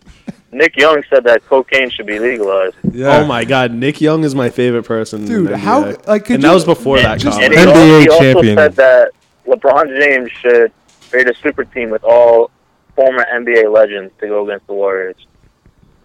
Speaker 4: Nick Young said that cocaine should be legalized.
Speaker 3: Yeah.
Speaker 1: Oh my God, Nick Young is my favorite person. in
Speaker 5: Dude,
Speaker 1: the
Speaker 5: how-
Speaker 1: NBA.
Speaker 5: like, could
Speaker 1: and
Speaker 5: you-
Speaker 1: that was before that
Speaker 5: just-
Speaker 1: comment.
Speaker 4: And
Speaker 3: NBA
Speaker 4: he also, he also
Speaker 3: champion.
Speaker 4: said that LeBron James should create a super team with all former NBA legends to go against the Warriors.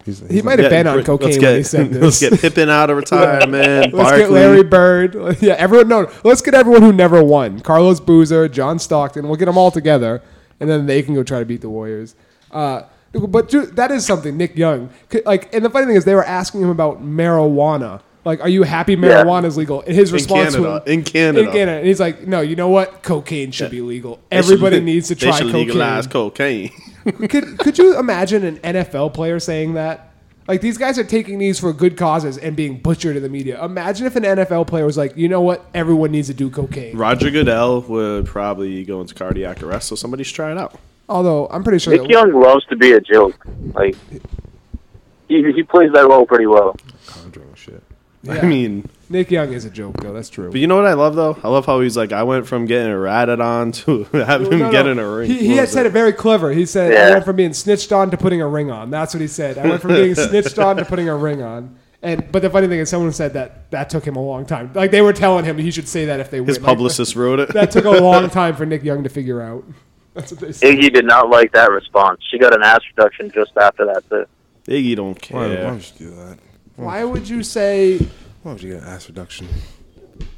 Speaker 3: He's,
Speaker 5: he
Speaker 3: he's
Speaker 5: might
Speaker 3: a-
Speaker 5: have been on
Speaker 1: let's
Speaker 5: cocaine
Speaker 1: get,
Speaker 5: when he said
Speaker 1: Let's
Speaker 5: this.
Speaker 1: get Pippen out of retirement.
Speaker 5: Let's get Larry Bird. Yeah, everyone. No, let's get everyone who never won. Carlos Boozer, John Stockton. We'll get them all together, and then they can go try to beat the Warriors. Uh, but dude, that is something Nick Young. c- Like, and the funny thing is, they were asking him about marijuana. Like, are you happy marijuana is legal? And his response
Speaker 1: Canada.
Speaker 5: was
Speaker 1: In Canada.
Speaker 5: In Canada. And he's like, no, you know what? Cocaine should be legal.
Speaker 1: They should-
Speaker 5: Everybody needs to
Speaker 1: they
Speaker 5: try
Speaker 1: should
Speaker 5: cocaine.
Speaker 1: legalize cocaine.
Speaker 5: could could you imagine an NFL player saying that? Like these guys are taking these for good causes and being butchered in the media. Imagine if an NFL player was like, you know what, everyone needs to do cocaine.
Speaker 1: Roger Goodell would probably go into cardiac arrest, so somebody's try it out.
Speaker 5: Although I'm pretty sure
Speaker 4: Nick
Speaker 5: that,
Speaker 4: Young loves to be a joke. Like he, he plays that role pretty well.
Speaker 3: Conjuring shit.
Speaker 5: yeah.
Speaker 1: I mean,
Speaker 5: Nick Young is a joke though. That's true.
Speaker 1: but you know what I love though? I love how he's like, I went from getting ratted on to having him
Speaker 5: No, no.
Speaker 1: get in a ring.
Speaker 5: He, he
Speaker 1: What
Speaker 5: had
Speaker 1: was
Speaker 5: said it very clever. He said, "I
Speaker 4: Yeah.
Speaker 5: went from being snitched on to putting a ring on." That's what he said. I went from being snitched on to putting a ring on. And but the funny thing is, someone said that that took him a long time. Like they were telling him he should say that if they
Speaker 1: His
Speaker 5: win. Like,
Speaker 1: publicist wrote it.
Speaker 5: that took a long time for Nick Young to figure out. That's what they said.
Speaker 4: Iggy did not like that response. She got an ass reduction just after that. Too.
Speaker 1: Iggy don't
Speaker 3: Why, why
Speaker 1: care.
Speaker 3: would you do that?
Speaker 5: Why would you say,
Speaker 3: Why would you get an ass reduction?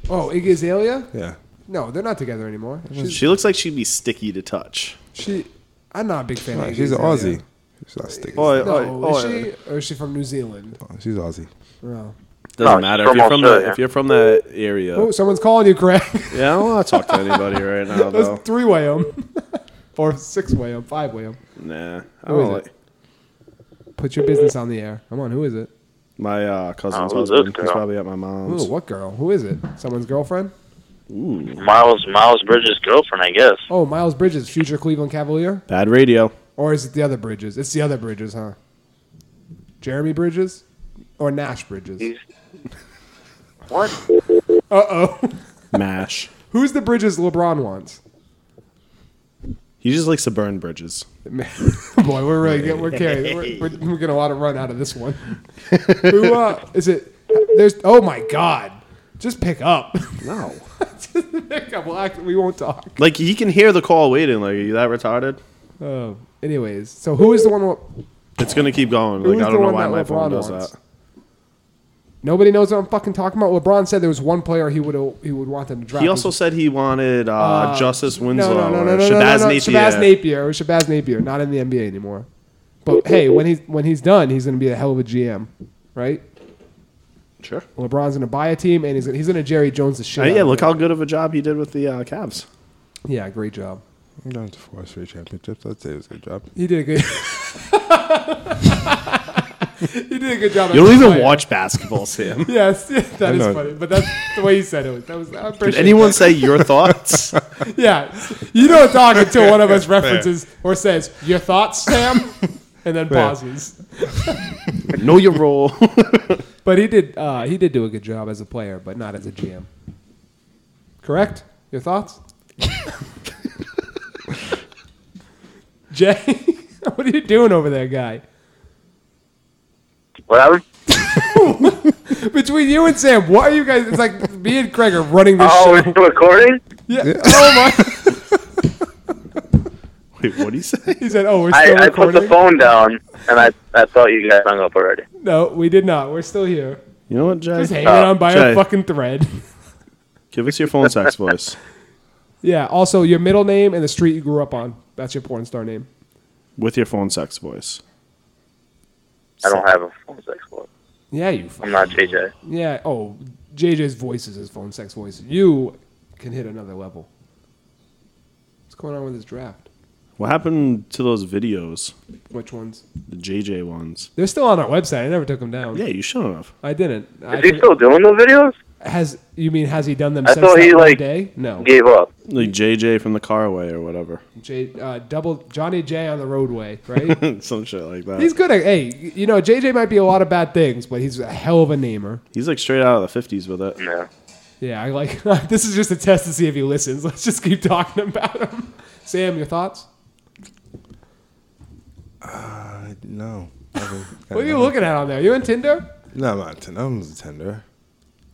Speaker 5: "Oh, Iggy Azalea"?
Speaker 3: Yeah.
Speaker 5: No, they're not together anymore.
Speaker 3: Mm.
Speaker 5: She's,
Speaker 1: She looks like she'd be sticky to touch.
Speaker 5: she, I'm not a big fan. of
Speaker 3: Right,
Speaker 5: Iggy
Speaker 3: she's an
Speaker 5: Azalea.
Speaker 3: Aussie. She's not sticky.
Speaker 1: Oi,
Speaker 5: No,
Speaker 1: oi,
Speaker 5: is
Speaker 1: oi.
Speaker 5: she or is she from New Zealand?
Speaker 3: Oh, She's Aussie.
Speaker 5: No.
Speaker 1: Doesn't
Speaker 4: Oh,
Speaker 1: matter
Speaker 4: she's
Speaker 1: if you're
Speaker 4: from
Speaker 1: from that
Speaker 4: Australia.
Speaker 1: if you're from that area.
Speaker 5: Oh, someone's calling you, Craig.
Speaker 1: Yeah, I don't want to talk to anybody right now though.
Speaker 5: Let's three way them. or six way them, five way them.
Speaker 1: Nah, I
Speaker 5: Who is
Speaker 1: don't
Speaker 5: it?
Speaker 1: like
Speaker 5: Put your business on the air. Come on, who is it?
Speaker 1: my uh, cousin's
Speaker 4: Oh, who's
Speaker 1: husband.
Speaker 4: this
Speaker 1: He's
Speaker 4: girl?
Speaker 1: probably at my
Speaker 5: Ooh,
Speaker 1: mom's.
Speaker 5: what girl? Who is it? Someone's girlfriend?
Speaker 1: Ooh,
Speaker 4: Miles Miles Bridges' girlfriend, I guess.
Speaker 5: Oh, Miles Bridges, future Cleveland Cavalier?
Speaker 1: bad radio.
Speaker 5: Or is it the other Bridges? It's the other Bridges, huh? Jeremy Bridges? Or Nash Bridges?
Speaker 4: He's what?
Speaker 5: Uh oh.
Speaker 1: Mash.
Speaker 5: Who's the Bridges LeBron wants?
Speaker 1: He just likes to burn bridges.
Speaker 5: Boy, we're really get, we're carrying we're, we're, we're getting a lot of run out of this one. Who uh, is it? There's oh my god, just pick up.
Speaker 1: No,
Speaker 5: Just pick up. We'll act, we won't talk.
Speaker 1: like he can hear the call waiting. Like, are you that retarded?
Speaker 5: Oh, anyways, so who is the one? who-
Speaker 1: It's gonna keep going.
Speaker 5: Who
Speaker 1: Like,
Speaker 5: is
Speaker 1: I
Speaker 5: the
Speaker 1: don't know
Speaker 5: one
Speaker 1: why
Speaker 5: that
Speaker 1: my phone
Speaker 5: LeBron
Speaker 1: does
Speaker 5: wants?
Speaker 1: that.
Speaker 5: Nobody knows what I'm fucking talking about. LeBron said there was one player he would he would want them to draft.
Speaker 1: He also said he wanted uh, Justice Winslow
Speaker 5: no, no, no, no,
Speaker 1: or
Speaker 5: no, no, no,
Speaker 1: Shabazz
Speaker 5: no,
Speaker 1: Napier.
Speaker 5: Shabazz Napier or Shabazz Napier, not in the NBA anymore. But hey, when he's when he's done, he's going to be a hell of a GM, right?
Speaker 1: Sure.
Speaker 5: LeBron's going to buy a team, and he's gonna, he's going to Jerry Jones the shit.
Speaker 1: Uh,
Speaker 5: out
Speaker 1: yeah,
Speaker 5: of
Speaker 1: look
Speaker 5: it.
Speaker 1: how good of a job he did with the uh, Cavs.
Speaker 5: Yeah, great job.
Speaker 3: I'm going to four straight championships. I'd say it was a good job.
Speaker 5: He did a good. he did a good job.
Speaker 1: You
Speaker 5: as
Speaker 1: don't
Speaker 5: a
Speaker 1: even
Speaker 5: player.
Speaker 1: watch basketball, Sam.
Speaker 5: Yes, that is
Speaker 3: know.
Speaker 5: funny, but that's the way he said it. Was, that was I
Speaker 1: Did
Speaker 5: appreciate
Speaker 1: anyone say your thoughts?
Speaker 5: Yeah, you don't talk until one of us references or says your thoughts, Sam, and then pauses.
Speaker 1: know your role.
Speaker 5: But he did. Uh, he did do a good job as a player, but not as a GM. Correct. Your thoughts, Jay? what are you doing over there, guy?
Speaker 4: Whatever.
Speaker 5: Between you and Sam, what are you guys? It's like me and Craig are running this
Speaker 4: Oh,
Speaker 5: show.
Speaker 4: we're still recording.
Speaker 5: Yeah. Oh my!
Speaker 1: Wait, what do you say?
Speaker 5: He said, "Oh, we're still
Speaker 4: I, I put
Speaker 5: recording."
Speaker 4: the phone down, and I I thought you guys hung up already.
Speaker 5: no, we did not. We're still here,
Speaker 1: You know what, Jay?
Speaker 5: just hanging
Speaker 4: Oh,
Speaker 5: on by a
Speaker 1: Jay.
Speaker 5: fucking thread.
Speaker 1: Give us your phone sex voice.
Speaker 5: Yeah. Also, your middle name and the street you grew up on. That's your porn star name.
Speaker 1: With your phone sex voice.
Speaker 4: I don't have a phone sex boy.
Speaker 5: Yeah, you. Fuck.
Speaker 4: I'm not JJ.
Speaker 5: Yeah. Oh, JJ's voice is his phone sex voice. You can hit another level. What's going on with this draft?
Speaker 1: What happened to those videos?
Speaker 5: Which ones?
Speaker 1: The JJ ones.
Speaker 5: They're still on our website. I never took them down.
Speaker 1: Yeah, you should have.
Speaker 5: I didn't. I
Speaker 4: Is he
Speaker 5: forget-
Speaker 4: still doing those videos?
Speaker 5: has you mean has he done them
Speaker 4: I
Speaker 5: since
Speaker 4: thought
Speaker 5: that
Speaker 4: he,
Speaker 5: one
Speaker 4: like,
Speaker 5: day? No.
Speaker 4: Gave up.
Speaker 1: Like JJ from the carway or whatever.
Speaker 5: J, uh, double Johnny J on the roadway, right?
Speaker 1: Some shit like that.
Speaker 5: he's
Speaker 1: He's,
Speaker 5: good at hey, you know, JJ might be a lot of bad things, but he's a hell of a namer.
Speaker 1: like straight out of the 50s with it.
Speaker 4: No.
Speaker 5: Yeah, I like this is just a test to see if he listens. Let's just keep talking about him. Sam, your thoughts?
Speaker 3: Uh, no.
Speaker 5: What are
Speaker 1: Uh,
Speaker 5: you looking at on there? You on Tinder?
Speaker 3: No, I'm not a tender. I'm a tender.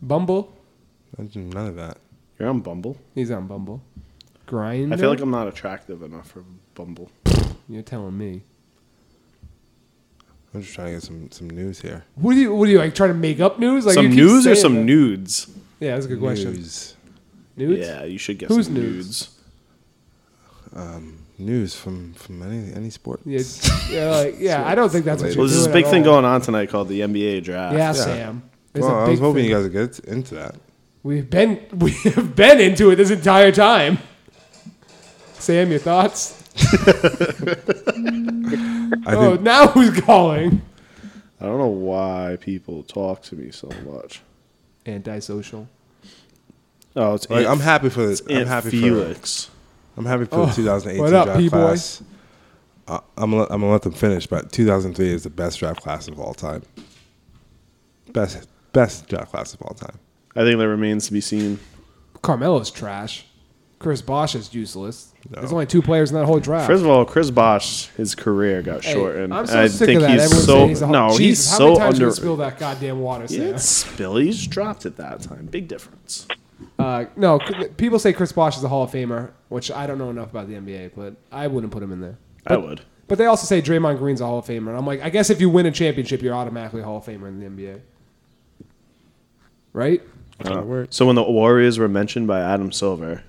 Speaker 5: Bumble?
Speaker 3: I'm None of that.
Speaker 1: You're on Bumble.
Speaker 5: He's on Bumble. Grind.
Speaker 1: I feel like I'm not attractive enough for Bumble.
Speaker 5: you're telling me.
Speaker 3: I'm just trying to get some, some news here.
Speaker 5: What do you? What do you like? Trying to make up news? Like you
Speaker 1: some
Speaker 5: keep
Speaker 1: nudes or
Speaker 5: saying
Speaker 1: some
Speaker 5: that.
Speaker 1: nudes?
Speaker 5: Yeah, that's a good question. Nudes.
Speaker 3: News.
Speaker 1: Yeah, you should get
Speaker 5: Who's
Speaker 1: some
Speaker 5: nudes?
Speaker 1: nudes.
Speaker 3: News from, from any any sport.
Speaker 5: Yeah, yeah, like, yeah I don't think that's what
Speaker 3: Well,
Speaker 5: you're
Speaker 1: Well, there's this
Speaker 5: doing
Speaker 1: big
Speaker 5: at
Speaker 1: thing
Speaker 5: all.
Speaker 1: going on tonight called the NBA draft.
Speaker 5: Yeah,
Speaker 1: Yeah.
Speaker 5: Sam. There's
Speaker 3: Well,
Speaker 5: a
Speaker 3: I
Speaker 5: big
Speaker 3: was hoping
Speaker 5: thing.
Speaker 3: you guys would get into that.
Speaker 5: We've been we have been into it this entire time. Sam, your thoughts?
Speaker 3: I
Speaker 5: Oh,
Speaker 3: think
Speaker 5: now who's calling?
Speaker 1: I I don't know why people talk to me so much.
Speaker 5: Antisocial.
Speaker 1: Oh, it's
Speaker 3: Like,
Speaker 1: Aunt-
Speaker 3: I'm happy for this.
Speaker 1: it's
Speaker 3: I'm
Speaker 1: Aunt
Speaker 3: happy for.
Speaker 1: Felix.
Speaker 3: I'm happy for the
Speaker 5: Oh,
Speaker 3: 2018
Speaker 5: what up,
Speaker 3: draft
Speaker 5: P-boy?
Speaker 3: class. I, I'm gonna, let- I'm gonna let them finish, but 2003 is the best draft class of all time. Best best draft class of all time.
Speaker 1: I think that remains to be seen.
Speaker 5: Carmelo's trash. Chris Bosch is useless.
Speaker 3: No.
Speaker 5: There's only two players in that whole draft.
Speaker 1: First of all, Chris Bosch, his career got
Speaker 5: Hey,
Speaker 1: shortened.
Speaker 5: I'm so
Speaker 1: I
Speaker 5: sick
Speaker 1: think
Speaker 5: of that.
Speaker 1: he's
Speaker 5: Everyone's
Speaker 1: so
Speaker 5: saying he's a,
Speaker 1: no,
Speaker 5: Jesus,
Speaker 1: he's
Speaker 5: how
Speaker 1: so
Speaker 5: many times
Speaker 1: under.
Speaker 5: You spill that goddamn water, Sam?
Speaker 1: Yeah, spill. He's dropped at that time. Big difference.
Speaker 5: Uh, no, c- people say Chris Bosch is a Hall of Famer, which I don't know enough about the NBA, but I wouldn't put him in there.
Speaker 1: I would.
Speaker 5: But they also say Draymond Green's a Hall of Famer, and I'm like, I guess if you win a championship, you're automatically a Hall of Famer in the NBA, right?
Speaker 1: Uh, so when the Warriors were mentioned by Adam Silver,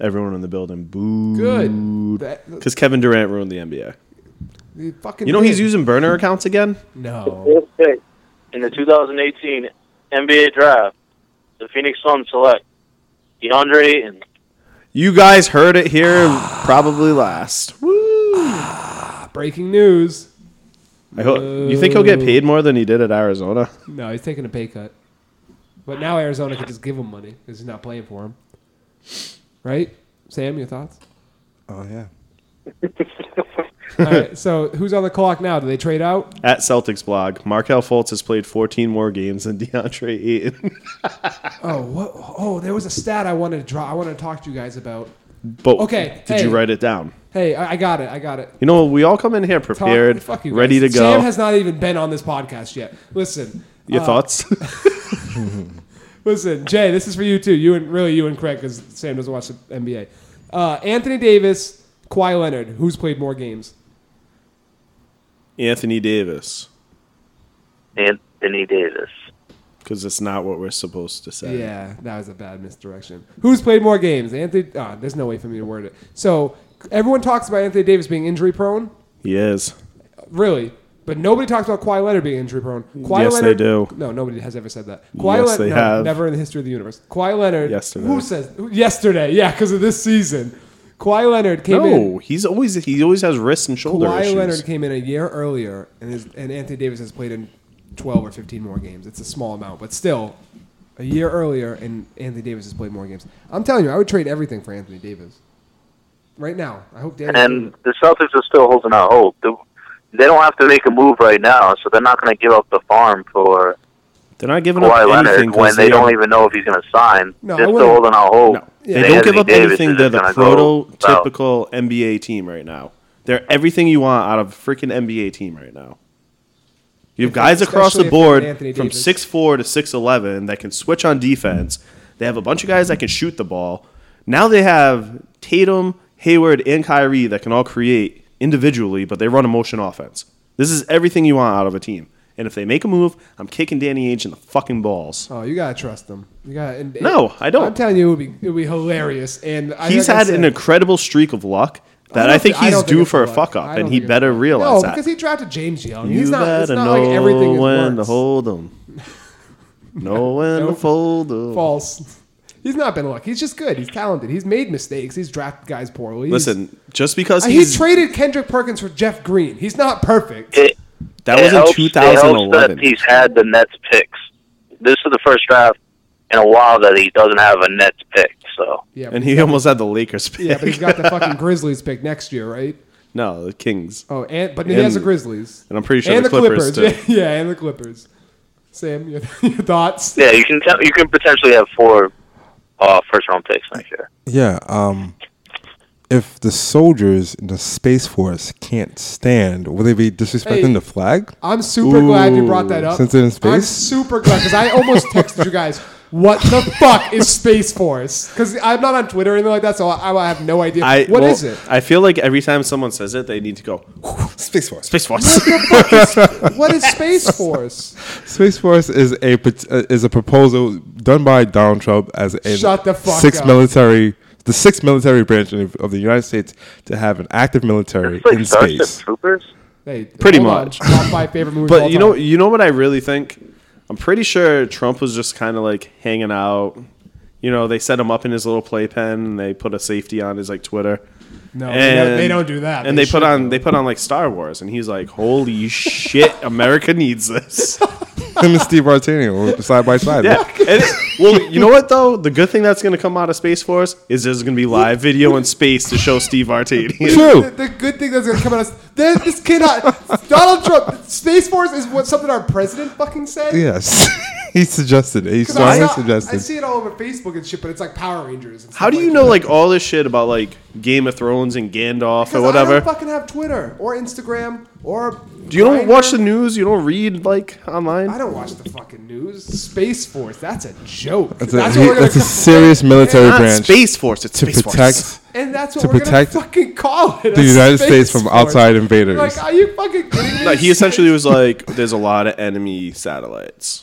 Speaker 1: everyone in the building booed.
Speaker 5: Good. That-
Speaker 1: Because Kevin Durant ruined the NBA.
Speaker 5: he fucking
Speaker 1: You know he's
Speaker 5: did.
Speaker 1: using burner accounts again.
Speaker 5: no.
Speaker 4: Fifth pick in the 2018 NBA draft, the Phoenix Suns select DeAndre Ayton.
Speaker 1: You guys heard it here, probably last. Woo!
Speaker 5: Breaking news.
Speaker 1: I hope you think he'll get paid more than he did at Arizona.
Speaker 5: No, he's taking a pay cut. But now Arizona could just give him money because he's not playing for him, right? Sam, your thoughts?
Speaker 3: Oh yeah.
Speaker 5: All right. So who's on the clock now? Do they trade out?
Speaker 1: At Celtics blog, Markel Fultz has played 14 more games than DeAndre Ayton,
Speaker 5: Oh, what? Oh, there was a stat I wanted to draw. I wanted to talk to you guys about.
Speaker 1: but
Speaker 5: Okay,
Speaker 1: did you
Speaker 5: hey.
Speaker 1: write it down?
Speaker 5: Hey, I, I got it. I got it.
Speaker 1: You know, we all come in here
Speaker 5: Talk-
Speaker 1: prepared,
Speaker 5: fuck you guys.
Speaker 1: ready to go.
Speaker 5: Sam has uh, not even been on this podcast yet. Listen,
Speaker 1: Your thoughts?
Speaker 5: listen, Jay. This is for you too. You and really you and Craig because Sam doesn't watch the NBA. Uh, Anthony Davis, Kawhi Leonard. Who's played more games?
Speaker 1: Anthony Davis,
Speaker 4: Anthony Davis.
Speaker 1: because it's not what we're supposed to say.
Speaker 5: Yeah, that was a bad misdirection. Who's played more games? Anthony. ah, there's no way for me to word it. So everyone talks about Anthony Davis being injury prone.
Speaker 1: He is.
Speaker 5: Really. But nobody talks about Kawhi Leonard being injury prone. Kawhi
Speaker 1: Yes, they
Speaker 5: Leonard,
Speaker 1: do.
Speaker 5: No, nobody has ever said that.
Speaker 1: Yes,
Speaker 5: Leonard,
Speaker 1: they
Speaker 5: no,
Speaker 1: have.
Speaker 5: Never in the history of the universe. Kawhi Leonard.
Speaker 1: Yesterday.
Speaker 5: Who says who- yesterday? Yeah, because of this season. Kawhi Leonard came
Speaker 1: No,
Speaker 5: in.
Speaker 1: he's always he always has wrist and shoulder
Speaker 5: Kawhi
Speaker 1: issues.
Speaker 5: Leonard came in a year earlier, and his, and Anthony Davis has played in twelve or fifteen more games. It's a small amount, but still, a year earlier, and Anthony Davis has played more games. I'm telling you, I would trade everything for Anthony Davis. Right now, I hope Danny.
Speaker 4: And the Celtics are still holding out hope. They they don't have to make a move right now, so they're not going to give up the farm for
Speaker 1: They're not giving
Speaker 4: Kawhi
Speaker 1: up anything
Speaker 4: Leonard
Speaker 1: 'cause
Speaker 4: when they,
Speaker 1: are-
Speaker 4: don't even know if he's going to sign.
Speaker 5: No, I
Speaker 4: they're still
Speaker 5: wouldn't-
Speaker 4: holding out hope.
Speaker 1: No,
Speaker 5: Yeah.
Speaker 1: they
Speaker 5: And
Speaker 1: don't
Speaker 4: Anthony
Speaker 1: give up
Speaker 4: Davis
Speaker 1: anything.
Speaker 4: is
Speaker 1: They're the
Speaker 4: gonna go south.
Speaker 1: prototypical NBA team right now. They're everything you want out of a freaking NBA team right now. You have guys across the
Speaker 5: especially if
Speaker 1: board
Speaker 5: it's Anthony
Speaker 1: from
Speaker 5: Davis.
Speaker 1: six four to six eleven that can switch on defense. They have a bunch of guys that can shoot the ball. Now they have Tatum, Hayward, and Kyrie that can all create individually, but they run a motion offense. This is everything you want out of a team. And if they make a move, I'm kicking Danny Ainge in the fucking balls.
Speaker 5: Oh, you gotta trust them. You gotta. And,
Speaker 1: No, I don't.
Speaker 5: I'm telling you, it would be it would be hilarious. And I,
Speaker 1: he's
Speaker 5: like I
Speaker 1: had
Speaker 5: said-
Speaker 1: an incredible streak of luck that I,
Speaker 5: don't
Speaker 1: think
Speaker 5: thi- I
Speaker 1: he's
Speaker 5: don't
Speaker 1: due
Speaker 5: it's
Speaker 1: for a
Speaker 5: luck.
Speaker 1: fuck
Speaker 5: I
Speaker 1: up,
Speaker 5: don't
Speaker 1: and he
Speaker 5: think it's
Speaker 1: better
Speaker 5: luck.
Speaker 1: realize
Speaker 5: No,
Speaker 1: that.
Speaker 5: because he drafted James Young.
Speaker 1: you
Speaker 5: he's not. It's
Speaker 1: better
Speaker 5: not
Speaker 1: know
Speaker 5: like everything is
Speaker 1: when to
Speaker 5: works.
Speaker 1: hold him. Know when to
Speaker 5: Nope.
Speaker 1: fold him.
Speaker 5: False. He's not been lucky. He's just good. He's talented. He's made mistakes. He's drafted guys poorly. He's-
Speaker 1: Listen, just because
Speaker 5: Uh, he
Speaker 1: he's,
Speaker 5: traded Kendrick Perkins for Jeff Green. He's not perfect.
Speaker 4: It,
Speaker 1: that
Speaker 4: it
Speaker 1: was
Speaker 4: helps-
Speaker 1: in
Speaker 4: it helps
Speaker 1: 2011.
Speaker 4: that he's had the Nets picks. This is the first draft in a while that he doesn't have a Nets pick. So
Speaker 5: Yeah, but
Speaker 1: and he almost had the Lakers pick.
Speaker 5: yeah, but he's got the fucking Grizzlies pick next year, right?
Speaker 1: no, the Kings.
Speaker 5: Oh, and but he has the
Speaker 1: And-
Speaker 5: Grizzlies
Speaker 1: And I'm pretty sure
Speaker 5: and
Speaker 1: the Clippers, too.
Speaker 5: Yeah, yeah, and the Clippers. Sam, your, your thoughts?
Speaker 4: yeah, you can tell, you can potentially have four uh, first round picks next year.
Speaker 3: Yeah. Um, if the soldiers in the space force can't stand, will they be disrespecting
Speaker 5: Hey.
Speaker 3: the flag?
Speaker 5: I'm super glad you brought that
Speaker 3: Ooh,
Speaker 5: up.
Speaker 3: since it is
Speaker 5: I'm
Speaker 3: space?
Speaker 5: super glad because I almost texted you guys, "What the fuck is Space Force?" Because I'm not on Twitter or anything like that, so I, I have no idea. What
Speaker 1: I,
Speaker 5: is
Speaker 1: well,
Speaker 5: it?
Speaker 1: I feel like every time someone says it, they need to go,
Speaker 3: Space force.
Speaker 1: Space Force.
Speaker 5: What is Space Force?
Speaker 3: Space Force is a pot- uh, is a proposal done by Donald Trump as a
Speaker 5: Shut the fuck
Speaker 3: sixth
Speaker 5: up.
Speaker 3: military the sixth military branch of of the United States to have an active military
Speaker 4: It's like
Speaker 3: in
Speaker 4: Starship
Speaker 3: space.
Speaker 4: Troopers.
Speaker 5: Hey,
Speaker 1: Pretty
Speaker 5: hold on.
Speaker 1: much.
Speaker 5: Top five favorite movies. of all
Speaker 1: But you know,
Speaker 5: time.
Speaker 1: you know what I really think. I'm pretty sure Trump was just kind of like hanging out. You know, they set him up in his little playpen and they put a safety on his like Twitter.
Speaker 5: No, Oh, they
Speaker 1: and,
Speaker 5: don't- they don't do that.
Speaker 1: And
Speaker 5: They
Speaker 1: they, put
Speaker 5: should,
Speaker 1: on
Speaker 5: though.
Speaker 1: they put on like Star Wars, and he's like, "Holy shit, America needs this."
Speaker 3: Him and Steve Martini were side by side.
Speaker 1: Yeah. And it- well, you know what though? The good thing that's going to come out of Space Force is there's going to be live video in space to show Steve Artady.
Speaker 5: The,
Speaker 3: True.
Speaker 5: the good thing that's gonna come out of this, this cannot. Donald Trump, Space Force is what something our president fucking said.
Speaker 3: Yes. he suggested. it. He
Speaker 5: 'Cause I,
Speaker 3: strongly
Speaker 5: saw- I
Speaker 3: suggested.
Speaker 5: see it all over Facebook and shit, but it's like Power Rangers. And
Speaker 1: How
Speaker 5: stuff
Speaker 1: do you
Speaker 5: like
Speaker 1: know like all this shit about like Game of Thrones and Gandalf
Speaker 5: that.
Speaker 1: or
Speaker 5: 'Cause I don't
Speaker 1: whatever?
Speaker 5: fucking have Twitter or Instagram or.
Speaker 1: Do you don't watch the
Speaker 5: Grindr.
Speaker 1: news? You don't read like
Speaker 5: I
Speaker 1: online?
Speaker 5: don't watch the fucking news. Space Force, that's a joke.
Speaker 3: That's a,
Speaker 5: what
Speaker 3: he-
Speaker 5: we're gonna
Speaker 3: that's a
Speaker 5: come-
Speaker 3: serious military
Speaker 1: Not
Speaker 3: branch
Speaker 1: Space Force. It's
Speaker 3: to
Speaker 1: Space
Speaker 3: protect
Speaker 1: Force.
Speaker 5: And that's what
Speaker 3: to
Speaker 5: we're
Speaker 3: protect
Speaker 5: gonna fucking call it.
Speaker 3: the
Speaker 5: a
Speaker 3: United
Speaker 5: Space
Speaker 3: States from
Speaker 5: Force.
Speaker 3: outside invaders.
Speaker 5: Like, are you fucking kidding me?
Speaker 1: No, he essentially was like, "There's a lot of enemy satellites."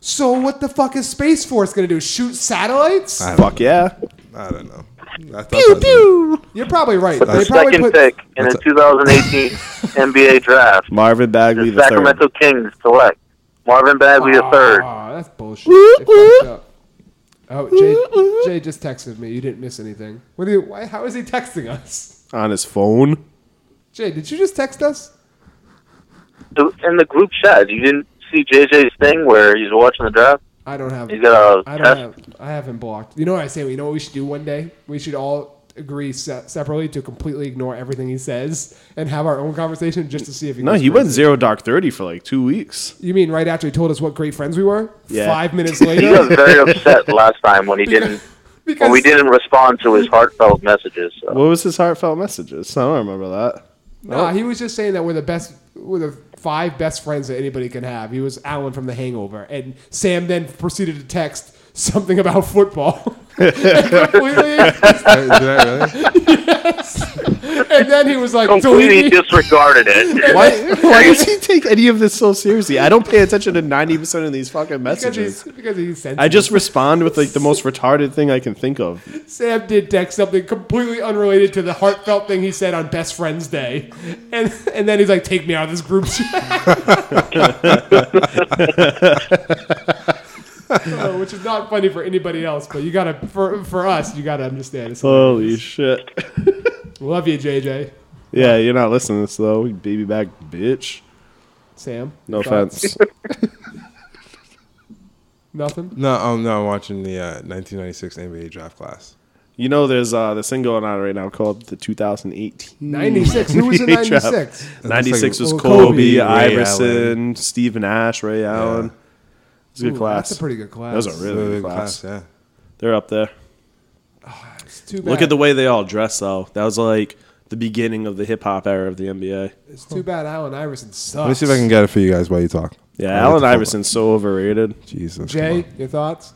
Speaker 5: So what the fuck is Space Force gonna do? Shoot satellites?
Speaker 3: I don't
Speaker 1: Fuck yeah!
Speaker 3: I don't know. I thought that was-
Speaker 5: You're probably right.
Speaker 4: The
Speaker 5: They probably
Speaker 4: second
Speaker 5: put
Speaker 4: pick in
Speaker 3: What's
Speaker 4: the
Speaker 3: that?
Speaker 4: 2018 NBA draft,
Speaker 1: Marvin Bagley
Speaker 4: the
Speaker 1: the third.
Speaker 4: Sacramento Kings select Marvin Bagley III.
Speaker 5: Aw, that's bullshit. They fucked up. Oh, Jay, Jay just texted me. You didn't miss anything. What do you? Why, how is he texting us?
Speaker 1: on his phone.
Speaker 5: Jay, did you just text us?
Speaker 4: In the group chat, you didn't see JJ's thing where he's watching the draft.
Speaker 5: I don't have.
Speaker 4: He's got a
Speaker 5: I
Speaker 4: test.
Speaker 5: don't have. I have him blocked. You know what I say? You know what we should do one day? We should all agree se- separately to completely ignore everything he says and have our own conversation just to see if he.
Speaker 1: No,
Speaker 5: goes
Speaker 1: he went
Speaker 5: crazy.
Speaker 1: zero dark thirty for like two weeks.
Speaker 5: You mean right after he told us what great friends we were?
Speaker 1: Yeah.
Speaker 5: Five minutes
Speaker 4: He got
Speaker 5: later.
Speaker 4: very upset last time when he didn't
Speaker 5: because
Speaker 4: when we didn't respond to his heartfelt messages. So.
Speaker 1: What was his heartfelt messages? I don't remember that.
Speaker 5: Nah, he was just saying that we're the best, we're the five best friends that anybody can have. He was Alan from The Hangover, and Sam then proceeded to text something about football. Completely.
Speaker 3: Did I really?
Speaker 5: and then he was like,
Speaker 4: completely
Speaker 5: delete me.
Speaker 4: disregarded it.
Speaker 1: Why, why does he take any of this so seriously? I don't pay attention to 90% of these fucking
Speaker 5: Because he's,
Speaker 1: messages.
Speaker 5: because he's sensitive.
Speaker 1: I just respond with like the most retarded thing I can think of.
Speaker 5: Sam did text something completely unrelated to the heartfelt thing he said on Best Friends Day, and and then he's like, "Take me out of this group chat," Uh, which is not funny for anybody else, but you gotta for for us, you gotta understand. It's
Speaker 1: Holy shit. Uh,
Speaker 5: Love you, JJ.
Speaker 1: Yeah, you're not listening to this though, you baby back bitch.
Speaker 5: Sam.
Speaker 1: No
Speaker 5: thoughts?
Speaker 1: offense.
Speaker 5: Nothing.
Speaker 3: No, um, no, I'm watching the uh, 1996 NBA draft class.
Speaker 1: You know there's uh this thing going on right now called the 2018
Speaker 5: Ninety six. Who was in
Speaker 1: NBA
Speaker 5: ninety
Speaker 1: draft.
Speaker 5: six?
Speaker 1: 96 was
Speaker 5: Well,
Speaker 1: Kobe,
Speaker 5: Kobe, Ray
Speaker 1: Iverson, Stephen Ash, Ray Allen. It's a good class.
Speaker 5: That's a pretty good class.
Speaker 1: That was a really
Speaker 3: Really
Speaker 1: good class.
Speaker 3: yeah.
Speaker 1: They're up there.
Speaker 5: It's too bad.
Speaker 1: Look at the way they all dress though. That was like the beginning of the hip hop era of the NBA.
Speaker 5: It's too bad Allen Iverson sucks.
Speaker 3: Let me see if I can get it for you guys while you talk.
Speaker 1: Yeah,
Speaker 3: I'll get
Speaker 1: Allen
Speaker 3: the phone
Speaker 1: Iverson's so overrated.
Speaker 3: up. Jesus.
Speaker 5: Jay,
Speaker 3: come
Speaker 5: your thoughts?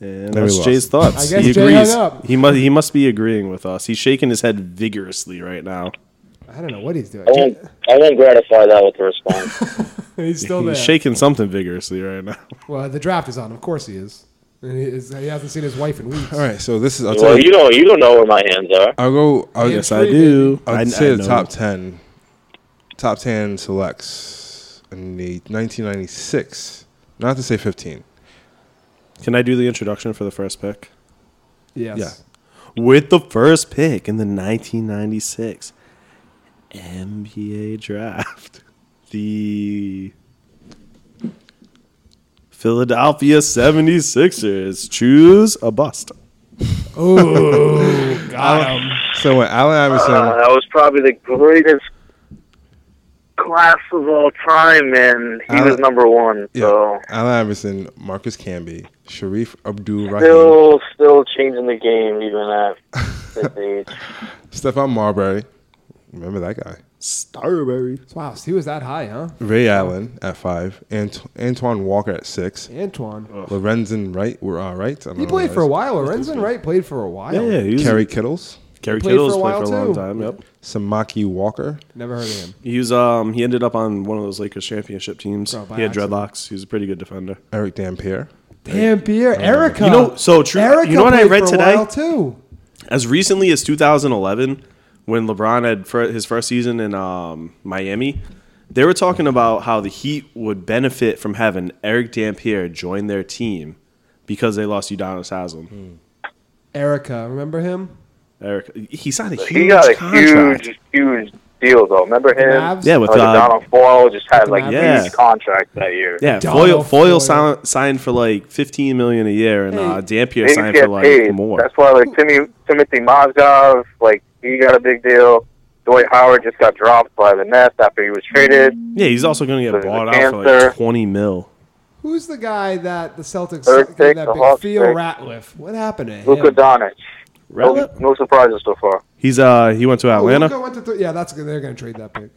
Speaker 1: And
Speaker 3: There we
Speaker 1: that's
Speaker 3: lost
Speaker 1: Jay's
Speaker 3: him.
Speaker 1: thoughts.
Speaker 5: I guess
Speaker 1: he
Speaker 5: Jay
Speaker 1: agrees.
Speaker 5: hung up.
Speaker 1: He must he must be agreeing with us. He's shaking his head vigorously right now.
Speaker 5: I don't know what he's doing.
Speaker 4: I won't, I won't gratify that with a response.
Speaker 5: He's still there.
Speaker 1: He's shaking something vigorously right now.
Speaker 5: Well, the draft is on. Of course he is. And he, is, he hasn't seen his wife in weeks.
Speaker 3: on. All right, so this is. I'll, tell
Speaker 4: well,
Speaker 3: you,
Speaker 4: you don't you don't know where my hands are.
Speaker 3: I'll go. I'll,
Speaker 5: Yeah,
Speaker 3: yes,
Speaker 5: sure.
Speaker 3: I,
Speaker 1: I do.
Speaker 3: I'll
Speaker 1: I,
Speaker 3: say
Speaker 1: I
Speaker 3: the
Speaker 1: know.
Speaker 3: top ten. Top ten selects in the 1996. Not to say 15.
Speaker 1: Can I do the introduction for the first pick?
Speaker 5: Yes.
Speaker 1: With the first pick in the 1996 NBA draft, the Philadelphia 76ers choose a bust.
Speaker 5: Oh, got him.
Speaker 3: So when Allen Iverson,
Speaker 4: Uh, that was probably the greatest class of all time, man. He
Speaker 3: Uh,
Speaker 4: was number one.
Speaker 3: yeah,
Speaker 4: So
Speaker 3: Allen Iverson, Marcus Camby, Sharif Abdul-Rahim,
Speaker 4: still still changing the game even at this age.
Speaker 3: Stephon Marbury. Remember that guy.
Speaker 1: Starberry.
Speaker 5: Wow, so he was that high, huh?
Speaker 3: Ray Allen at five. Ant- Antoine Walker at six.
Speaker 1: Oh,
Speaker 5: Antoine.
Speaker 3: Lorenzen Wright. We're all right. I don't
Speaker 5: He
Speaker 3: know
Speaker 5: played
Speaker 3: who
Speaker 5: for a
Speaker 3: that
Speaker 5: while. Lorenzen Wright played for a while.
Speaker 1: Yeah, he
Speaker 3: is.
Speaker 1: was
Speaker 3: Kerry Kittles.
Speaker 1: Kerry
Speaker 5: Played for
Speaker 1: Kittles
Speaker 5: a
Speaker 1: played
Speaker 5: while,
Speaker 1: for a long
Speaker 5: too.
Speaker 1: time. Yep.
Speaker 3: Samaki Walker.
Speaker 5: Never heard of him.
Speaker 1: He was um he ended up on one of those Lakers championship teams.
Speaker 5: Oh, by
Speaker 1: he had
Speaker 5: accident.
Speaker 1: dreadlocks. He was a pretty good defender.
Speaker 3: Eric Dampier.
Speaker 5: Damn, Pierre. Erica.
Speaker 1: You know, so true.
Speaker 5: Erica
Speaker 1: you know what I
Speaker 5: played
Speaker 1: read
Speaker 5: for a
Speaker 1: today?
Speaker 5: while, too.
Speaker 1: As recently as 2011, when LeBron had fir- his first season in um, Miami, they were talking about how the Heat would benefit from
Speaker 5: Hmm.
Speaker 1: having Eric Dampier join their team because they lost Udonis Haslam.
Speaker 5: Erica, remember him?
Speaker 1: Eric, he signed a huge
Speaker 4: He got a
Speaker 1: contract.
Speaker 4: huge, huge deal though. Remember him?
Speaker 5: Mavs?
Speaker 1: yeah, with
Speaker 4: like
Speaker 1: uh,
Speaker 4: Donald Foyle just had like
Speaker 5: Mavs?
Speaker 4: huge
Speaker 1: Yeah.
Speaker 4: contract that year.
Speaker 1: yeah,
Speaker 5: Donald
Speaker 1: Foyle,
Speaker 5: Foyle.
Speaker 1: Foyle signed, signed for like fifteen million a year, and uh, Dampier
Speaker 4: They
Speaker 1: signed
Speaker 4: get
Speaker 1: for like
Speaker 4: paid.
Speaker 1: more.
Speaker 4: That's why like Timmy Timothy Mozgov, like he got a big deal. Dwight Howard just got dropped by the Nets after he was traded.
Speaker 1: yeah, he's also going to get
Speaker 4: There's a
Speaker 1: bought out for like
Speaker 4: cancer.
Speaker 1: twenty mil.
Speaker 5: Who's the guy that the Celtics
Speaker 4: Third
Speaker 5: gave
Speaker 4: pick,
Speaker 5: that
Speaker 4: the
Speaker 5: big
Speaker 4: Hawks
Speaker 5: Theo
Speaker 4: pick.
Speaker 5: Ratliff? What happened to him?
Speaker 4: Luka Doncic. No,
Speaker 1: Ratliff?
Speaker 4: no surprises so far.
Speaker 1: He's uh he went to
Speaker 5: Oh,
Speaker 1: Atlanta.
Speaker 5: Luka went to th- yeah, that's good. They're going to trade that pick.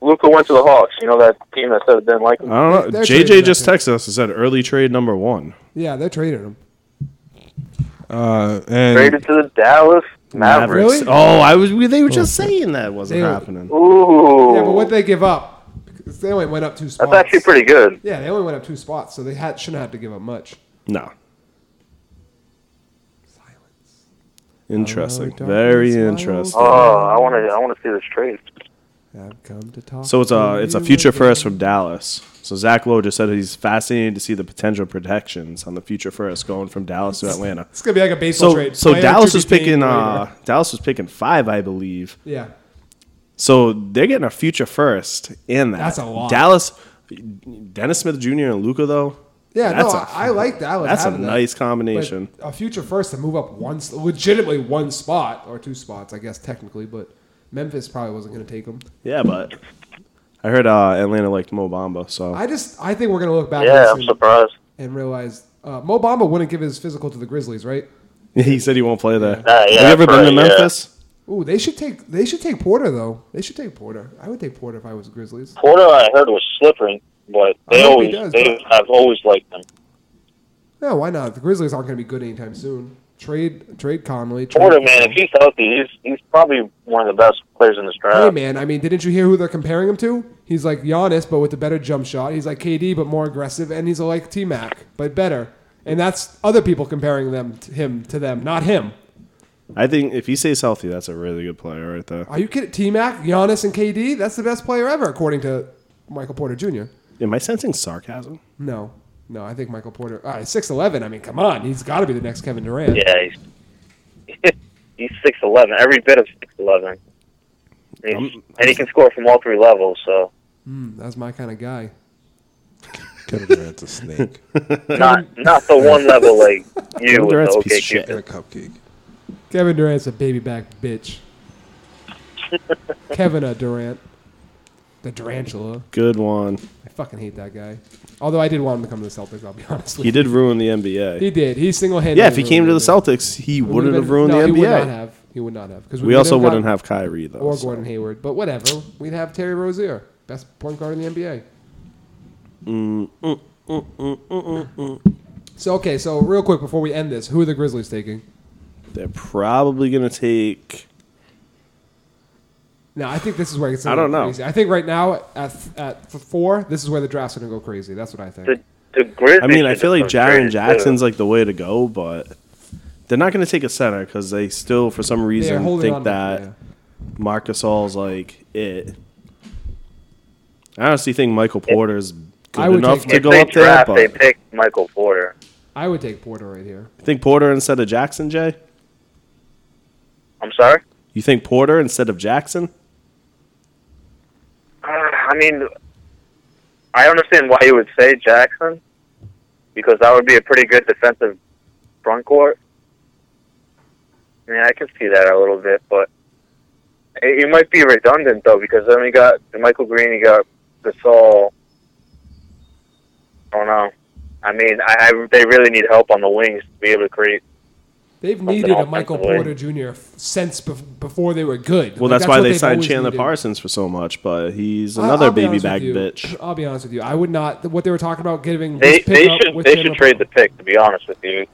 Speaker 4: Luka went to the Hawks. You know that team that said it didn't like him.
Speaker 1: I don't know.
Speaker 5: They're
Speaker 1: JJ
Speaker 5: trading
Speaker 1: just
Speaker 5: that
Speaker 1: texted us and said early trade number one.
Speaker 5: Yeah, they're trading him.
Speaker 3: Uh, and
Speaker 4: Traded to the Dallas Mavericks.
Speaker 5: Really?
Speaker 1: Oh, I was. we- They were just saying that wasn't
Speaker 5: They were-
Speaker 1: happening.
Speaker 4: Ooh,
Speaker 5: Yeah, but what they give up? 'Cause They only went up two spots.
Speaker 4: that's actually pretty good.
Speaker 5: Yeah, they only went up two spots, so they had, shouldn't have to give up much.
Speaker 1: No. Interesting.
Speaker 5: darkness,
Speaker 1: Very
Speaker 5: my old
Speaker 1: interesting.
Speaker 4: Oh, I want to, I want to see this trade.
Speaker 5: I've come to talk.
Speaker 1: So it's a
Speaker 5: to
Speaker 1: it's a
Speaker 5: you
Speaker 1: future
Speaker 5: again.
Speaker 1: first from Dallas. So Zach Lowe just said he's fascinated to see the potential protections on the future first going from Dallas to Atlanta.
Speaker 5: It's gonna be like a baseball
Speaker 1: So
Speaker 5: trade.
Speaker 1: so
Speaker 5: Player
Speaker 1: Dallas
Speaker 5: to
Speaker 1: is
Speaker 5: be named
Speaker 1: picking
Speaker 5: later.
Speaker 1: uh Dallas was picking five, I believe.
Speaker 5: yeah.
Speaker 1: So they're getting a future first in that.
Speaker 5: That's a lot.
Speaker 1: Dallas, Dennis Smith Jr. and Luca though.
Speaker 5: Yeah,
Speaker 1: that's
Speaker 5: no,
Speaker 1: a-
Speaker 5: I I like that. I like
Speaker 1: That's a
Speaker 5: having that.
Speaker 1: nice
Speaker 5: But
Speaker 1: combination.
Speaker 5: A future first to move up one, s- legitimately one spot or two spots, I guess technically, but Memphis probably wasn't gonna take him.
Speaker 1: yeah, but I heard uh, Atlanta liked Mo Bamba, so
Speaker 5: I just I think we're gonna look back
Speaker 4: Yeah,
Speaker 5: on
Speaker 4: I'm
Speaker 5: this and,
Speaker 4: surprised.
Speaker 5: and realize uh, Mo Bamba wouldn't give his physical to the Grizzlies, right?
Speaker 1: he said he won't play there.
Speaker 4: Uh, yeah,
Speaker 1: Have you ever
Speaker 4: that's
Speaker 1: been to
Speaker 4: right, yeah.
Speaker 1: Memphis?
Speaker 5: Ooh, they should take they should take Porter though. They should take Porter. I would take Porter if I was Grizzlies.
Speaker 4: Porter, I heard was slipping, but
Speaker 5: I
Speaker 4: they
Speaker 5: hope he
Speaker 4: always,
Speaker 5: does,
Speaker 4: they
Speaker 5: but-
Speaker 4: have always liked him.
Speaker 5: No, why not? The Grizzlies aren't gonna be good anytime soon. Trade trade Conley. Trade
Speaker 4: Porter, man, if he's healthy, he's he's probably one of the best players in this
Speaker 5: Hey
Speaker 4: draft.
Speaker 5: man, I mean, didn't you hear who they're comparing him to? He's like Giannis, but with a better jump shot. He's like KD, but more aggressive, and he's like T Mac, but better. And that's other people comparing them to him to them, not him.
Speaker 1: I think if he stays healthy, that's a really good player right there.
Speaker 5: Are you kidding? T Mac, Giannis, and KD. That's the best player ever, according to Michael Porter Jr.
Speaker 1: Am I sensing sarcasm?
Speaker 5: No, no, I think Michael Porter. All right, six eleven. I mean, come on, he's got to be the next Kevin Durant.
Speaker 4: Yeah, he's he's six eleven, every bit of six eleven, and, he's-
Speaker 1: I'm-
Speaker 4: and he can score from all three levels. So
Speaker 5: That's my kind of guy.
Speaker 3: Kevin Durant's a snake
Speaker 4: not not the one level like you with
Speaker 1: Durant's
Speaker 4: the
Speaker 1: a piece
Speaker 4: OK
Speaker 1: of shit.
Speaker 3: and a
Speaker 4: Cupid.
Speaker 3: cupcake.
Speaker 5: Kevin Durant's a baby back bitch. Kevin a Durant, the Durantula.
Speaker 1: Good one.
Speaker 5: I fucking hate that guy. Although I did want him to come to the Celtics, I'll be honest with
Speaker 1: He
Speaker 5: you.
Speaker 1: did ruin the NBA.
Speaker 5: He did. He single handedly.
Speaker 1: yeah, if he came to the Celtics, he wouldn't have ruined the
Speaker 5: He would not
Speaker 1: NBA.
Speaker 5: have. He would not have. 'Cause
Speaker 1: We also
Speaker 5: would've
Speaker 1: wouldn't
Speaker 5: got-
Speaker 1: have Kyrie though.
Speaker 5: Or
Speaker 1: so.
Speaker 5: Gordon Hayward, but whatever. We'd have Terry Rozier, best point guard in the NBA.
Speaker 1: Mm,
Speaker 5: So okay, so real quick before we end this, who are the Grizzlies taking?
Speaker 1: They're probably gonna take.
Speaker 5: Now I think this is where it's.
Speaker 1: I don't know.
Speaker 5: Crazy. I think right now at at four, this is where the draft's gonna go crazy. That's what I think.
Speaker 4: The the Grizzlies.
Speaker 1: I mean, I
Speaker 4: should
Speaker 1: feel like
Speaker 4: have done
Speaker 1: Jaron
Speaker 4: trades,
Speaker 1: Jackson's
Speaker 4: too.
Speaker 1: like the way to go, but they're not gonna take a center because they still, for some
Speaker 5: They're
Speaker 1: reason,
Speaker 5: holding on
Speaker 1: think
Speaker 5: to-
Speaker 1: that
Speaker 5: yeah.
Speaker 1: Marcus All's like it. I honestly think Michael Porter's
Speaker 5: I
Speaker 1: good
Speaker 5: would
Speaker 1: enough
Speaker 5: take-
Speaker 1: to
Speaker 4: if
Speaker 1: go
Speaker 4: they
Speaker 1: up there,
Speaker 4: draft,
Speaker 1: but
Speaker 4: they pick Michael Porter.
Speaker 5: I would take Porter right here.
Speaker 1: you think Porter instead of Jackson, Jay?
Speaker 4: I'm sorry.
Speaker 1: You think Porter instead of Jackson?
Speaker 4: Uh, I mean, I understand why you would say Jackson, because that would be a pretty good defensive front court. I mean, I can see that a little bit, but it, it might be redundant though, because then we got Michael Green, you got Gasol. I don't know. I mean, I, I they really need help on the wings to be able to create.
Speaker 5: They've
Speaker 4: Something
Speaker 5: needed a Michael Porter
Speaker 4: offensively.
Speaker 5: Jr. f- since bef- before they were good.
Speaker 1: Well,
Speaker 5: Like,
Speaker 1: that's, why
Speaker 5: what
Speaker 1: they
Speaker 5: they've
Speaker 1: signed
Speaker 5: always
Speaker 1: Chandler
Speaker 5: needed.
Speaker 1: Parsons for so much, but he's
Speaker 5: I-
Speaker 1: another
Speaker 5: I'll be
Speaker 1: baby
Speaker 5: honest with
Speaker 1: back
Speaker 5: you.
Speaker 1: bitch.
Speaker 5: I'll be honest with you. I would not. What they were talking about giving
Speaker 4: They
Speaker 5: this
Speaker 4: they
Speaker 5: pick up
Speaker 4: should
Speaker 5: with
Speaker 4: they
Speaker 5: Chandler
Speaker 4: should trade the pick. To be honest with you,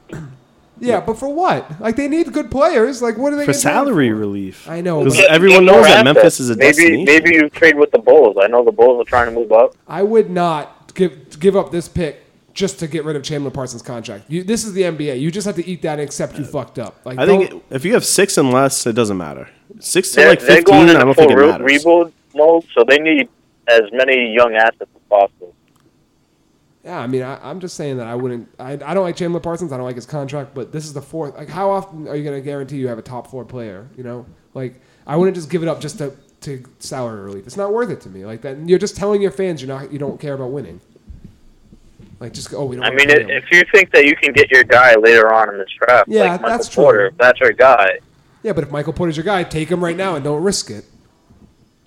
Speaker 5: Yeah, but for what? Like they need good players. Like what are they
Speaker 1: For
Speaker 5: gonna trade
Speaker 1: salary
Speaker 5: for?
Speaker 1: relief.
Speaker 5: I know,
Speaker 1: Because
Speaker 5: but-
Speaker 1: everyone
Speaker 4: Get
Speaker 1: knows
Speaker 4: more
Speaker 1: that
Speaker 4: assets.
Speaker 1: Memphis is a
Speaker 4: maybe
Speaker 1: destination.
Speaker 4: maybe you trade with the Bulls. I know the Bulls are trying to move up.
Speaker 5: I would not give give up this pick just to get rid of Chandler Parsons' contract. You, this is the NBA. You just have to eat that and accept you fucked up. Like
Speaker 1: I
Speaker 5: don't-
Speaker 1: think if you have six and less, it doesn't matter. Six to
Speaker 4: they're,
Speaker 1: like
Speaker 4: they're
Speaker 1: fifteen,
Speaker 4: going
Speaker 1: I
Speaker 4: into
Speaker 1: don't
Speaker 4: full
Speaker 1: think it
Speaker 4: re-
Speaker 1: matters.
Speaker 4: rebuild mode, so they need as many young assets as possible.
Speaker 5: Yeah, I mean, I, I'm just saying that I wouldn't. I, I don't like Chandler Parsons. I don't like his contract, but this is the fourth. Like, how often are you going to guarantee you have a top four player? You know, like I wouldn't just give it up just to to salary relief. It's not worth it to me. Like that, you're just telling your fans you're not you don't care about winning. Like just go, oh we don't.
Speaker 4: I
Speaker 5: wanna
Speaker 4: mean,
Speaker 5: pay
Speaker 4: i-
Speaker 5: him.
Speaker 4: if you think that you can get your guy later on in this draft,
Speaker 5: Yeah,
Speaker 4: like Michael
Speaker 5: that's true.
Speaker 4: Porter, if that's your guy,
Speaker 5: yeah, but if Michael Porter's your guy, take him right now and don't risk it.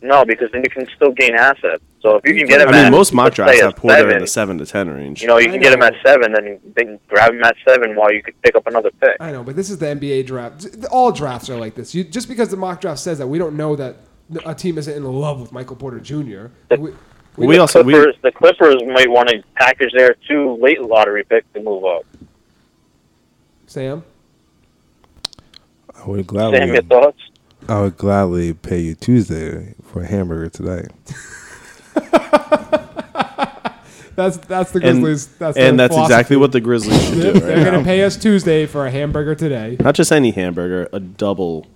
Speaker 4: no, because then you can still gain assets. So if you can get him,
Speaker 1: I mean,
Speaker 4: at,
Speaker 1: most mock
Speaker 4: let's
Speaker 1: drafts
Speaker 4: say, a
Speaker 1: have Porter
Speaker 4: seven,
Speaker 1: in the seven to ten range.
Speaker 4: You know, you
Speaker 5: I
Speaker 4: can get him
Speaker 5: know.
Speaker 4: at seven, then you then grab him at seven while you could pick up another pick.
Speaker 5: I know, but this is the NBA draft. All drafts are like this. You, just because the mock draft says that, we don't know that a team isn't in love with Michael Porter Jr. We, we,
Speaker 1: we
Speaker 4: the
Speaker 1: also we,
Speaker 4: Clippers, the Clippers might want to package their two late lottery picks to move up.
Speaker 5: Sam,
Speaker 3: I would gladly.
Speaker 4: Sam, your thoughts?
Speaker 3: I would gladly pay you Tuesday for a hamburger today.
Speaker 5: that's that's the
Speaker 1: and,
Speaker 5: Grizzlies. that's
Speaker 1: and
Speaker 5: their
Speaker 1: that's exactly what the Grizzlies should do
Speaker 5: philosophy. They're
Speaker 1: right
Speaker 5: going
Speaker 1: now.
Speaker 5: to pay us Tuesday for a hamburger today,
Speaker 1: Not just any hamburger, a double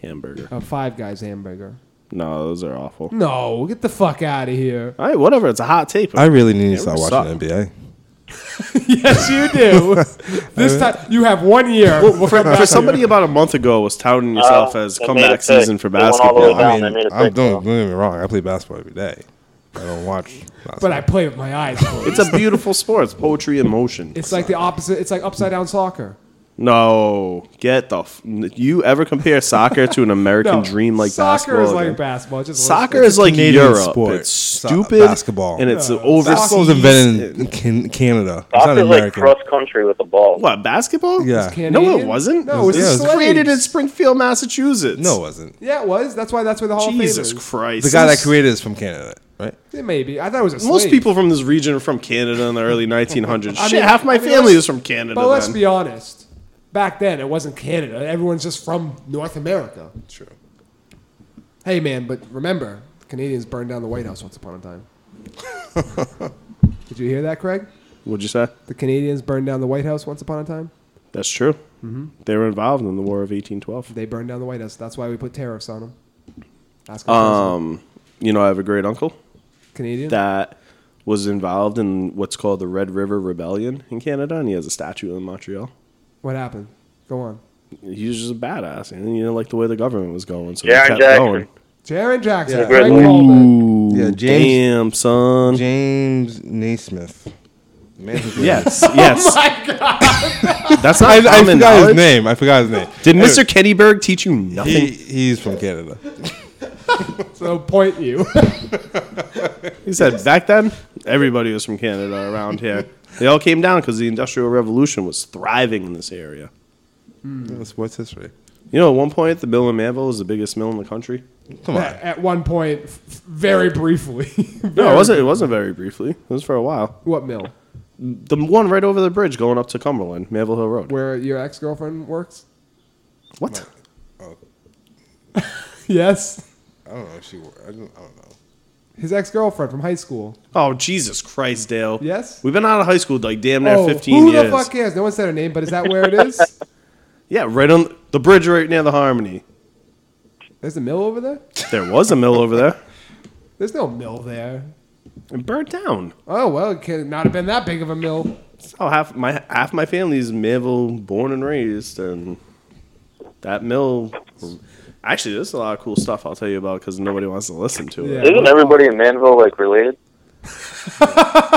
Speaker 1: hamburger.
Speaker 5: a Five Guys hamburger.
Speaker 1: No, those are awful.
Speaker 5: Hmm. No, get the fuck out of here.
Speaker 1: All right, whatever. It's a hot tape.
Speaker 3: I really need to start
Speaker 1: Hamburgers
Speaker 3: watching the NBA.
Speaker 5: yes, you do. this time you have one year.
Speaker 1: for, for somebody about a month ago was touting yourself
Speaker 4: Uh,
Speaker 1: as
Speaker 4: they made
Speaker 1: comeback
Speaker 4: a
Speaker 1: season
Speaker 4: pick.
Speaker 1: for
Speaker 4: They went all the way
Speaker 1: basketball.
Speaker 4: down.
Speaker 1: I
Speaker 3: I
Speaker 4: they made
Speaker 3: mean,
Speaker 4: a
Speaker 3: I'm
Speaker 4: pick,
Speaker 3: don't,
Speaker 4: though.
Speaker 3: don't get me wrong. I play basketball every day. I don't watch.
Speaker 5: but I
Speaker 3: basketball.
Speaker 5: play with my eyes.
Speaker 1: mean, it's a beautiful sport. It's poetry in motion.
Speaker 5: It's like the opposite. It's like upside down soccer.
Speaker 1: no, get the. F- you ever compare soccer to an American
Speaker 5: No,
Speaker 1: dream like
Speaker 5: soccer
Speaker 1: basketball?
Speaker 5: is like
Speaker 1: again?
Speaker 5: basketball. It's Just
Speaker 1: Soccer
Speaker 5: it's-
Speaker 1: is like
Speaker 3: Canadian
Speaker 1: Europe.
Speaker 3: sport.
Speaker 1: It's
Speaker 3: So-
Speaker 1: stupid
Speaker 3: basketball.
Speaker 1: and it's
Speaker 5: No.
Speaker 1: overseas.
Speaker 3: Basketball was invented in Can- Canada. It's not
Speaker 4: Soccer's like
Speaker 3: American.
Speaker 4: cross country with the ball.
Speaker 1: What basketball?
Speaker 3: Yeah. It's
Speaker 5: Canadian?
Speaker 1: No, it wasn't.
Speaker 5: No, it was
Speaker 1: This
Speaker 3: the
Speaker 1: was
Speaker 5: slaves.
Speaker 1: created in Springfield, Massachusetts.
Speaker 3: no, it wasn't.
Speaker 5: Yeah, it was. That's why. That's where the Hall
Speaker 1: Jesus
Speaker 5: of Fame is.
Speaker 1: Christ.
Speaker 3: The guy that
Speaker 1: This-
Speaker 3: created it is from Canada, right?
Speaker 5: Yeah, Maybe I thought it was a slave.
Speaker 1: Most people from this region are from Canada in the early 1900s.
Speaker 5: I
Speaker 1: Shit,
Speaker 5: mean-
Speaker 1: half my
Speaker 5: I mean,
Speaker 1: family
Speaker 5: let's-
Speaker 1: is from Canada.
Speaker 5: But let's
Speaker 1: then.
Speaker 5: be honest. Back then, it wasn't Canada. Everyone's just from North America.
Speaker 3: True.
Speaker 5: Hey, man, but remember, Canadians burned down the White House once upon a time. Did you hear that, Craig?
Speaker 1: What'd you say?
Speaker 5: The Canadians burned down the White House once upon a time.
Speaker 1: That's true. They were involved in the War of 1812.
Speaker 5: Mm-hmm. They burned down the White House. That's why we put tariffs on them. Ask them
Speaker 1: Um, you know, I have a great uncle
Speaker 5: Canadian.
Speaker 1: that was involved in what's called the Red River Rebellion in Canada, and he has a statue in Montreal.
Speaker 5: what happened? Go on.
Speaker 1: He was just a badass, and he didn't like the way the government was going, so
Speaker 4: Jaron
Speaker 1: he kept
Speaker 4: Jackson.
Speaker 1: going.
Speaker 5: Jaron Jackson.
Speaker 3: Yeah.
Speaker 5: Craig called it.
Speaker 1: Ooh,
Speaker 3: Yeah, James-
Speaker 1: damn son.
Speaker 3: James Naismith. The man who created it.
Speaker 1: Yes, yes. That's not
Speaker 3: I, I
Speaker 1: common
Speaker 3: forgot
Speaker 1: knowledge.
Speaker 3: his name. I forgot his name.
Speaker 1: Did Mr. Kennyberg teach you nothing?
Speaker 3: He, he's from Canada.
Speaker 5: So point you.
Speaker 1: He said back then everybody was from Canada around here. They all came down because the Industrial Revolution was thriving in this area.
Speaker 3: That's what's history.
Speaker 1: You know, at one point the Bill and Manville was the biggest mill in the country.
Speaker 3: Come on.
Speaker 5: at, at one point, f- f- very briefly.
Speaker 1: No,
Speaker 5: Very-
Speaker 1: it wasn't. It wasn't very briefly. It was for a while.
Speaker 5: What mill?
Speaker 1: The one right over the bridge going up to Cumberland, Manville Hill Road.
Speaker 5: Where your ex girlfriend works?
Speaker 1: What?
Speaker 5: Yes.
Speaker 3: I don't know if she. I don't, I don't know.
Speaker 5: His ex girlfriend from high school.
Speaker 1: Oh Jesus Christ, Dale!
Speaker 5: Yes? Oh,
Speaker 1: we've been out of high school like damn near
Speaker 4: Oh,
Speaker 1: fifteen
Speaker 5: who
Speaker 1: years.
Speaker 5: the fuck cares? No one said her name, but is that where it is?
Speaker 1: Yeah, right on the bridge, right near the Harmony.
Speaker 5: There's a mill over there?
Speaker 1: There was a mill over there.
Speaker 5: There's no mill there.
Speaker 1: It burned down.
Speaker 5: Oh, well, it could not have been that big of a mill.
Speaker 1: Oh, half my half my family is Manville born and raised, and that mill. Actually, there's a lot of cool stuff I'll tell you about because nobody wants to listen to it.
Speaker 5: Yeah.
Speaker 4: Isn't everybody in Manville like related?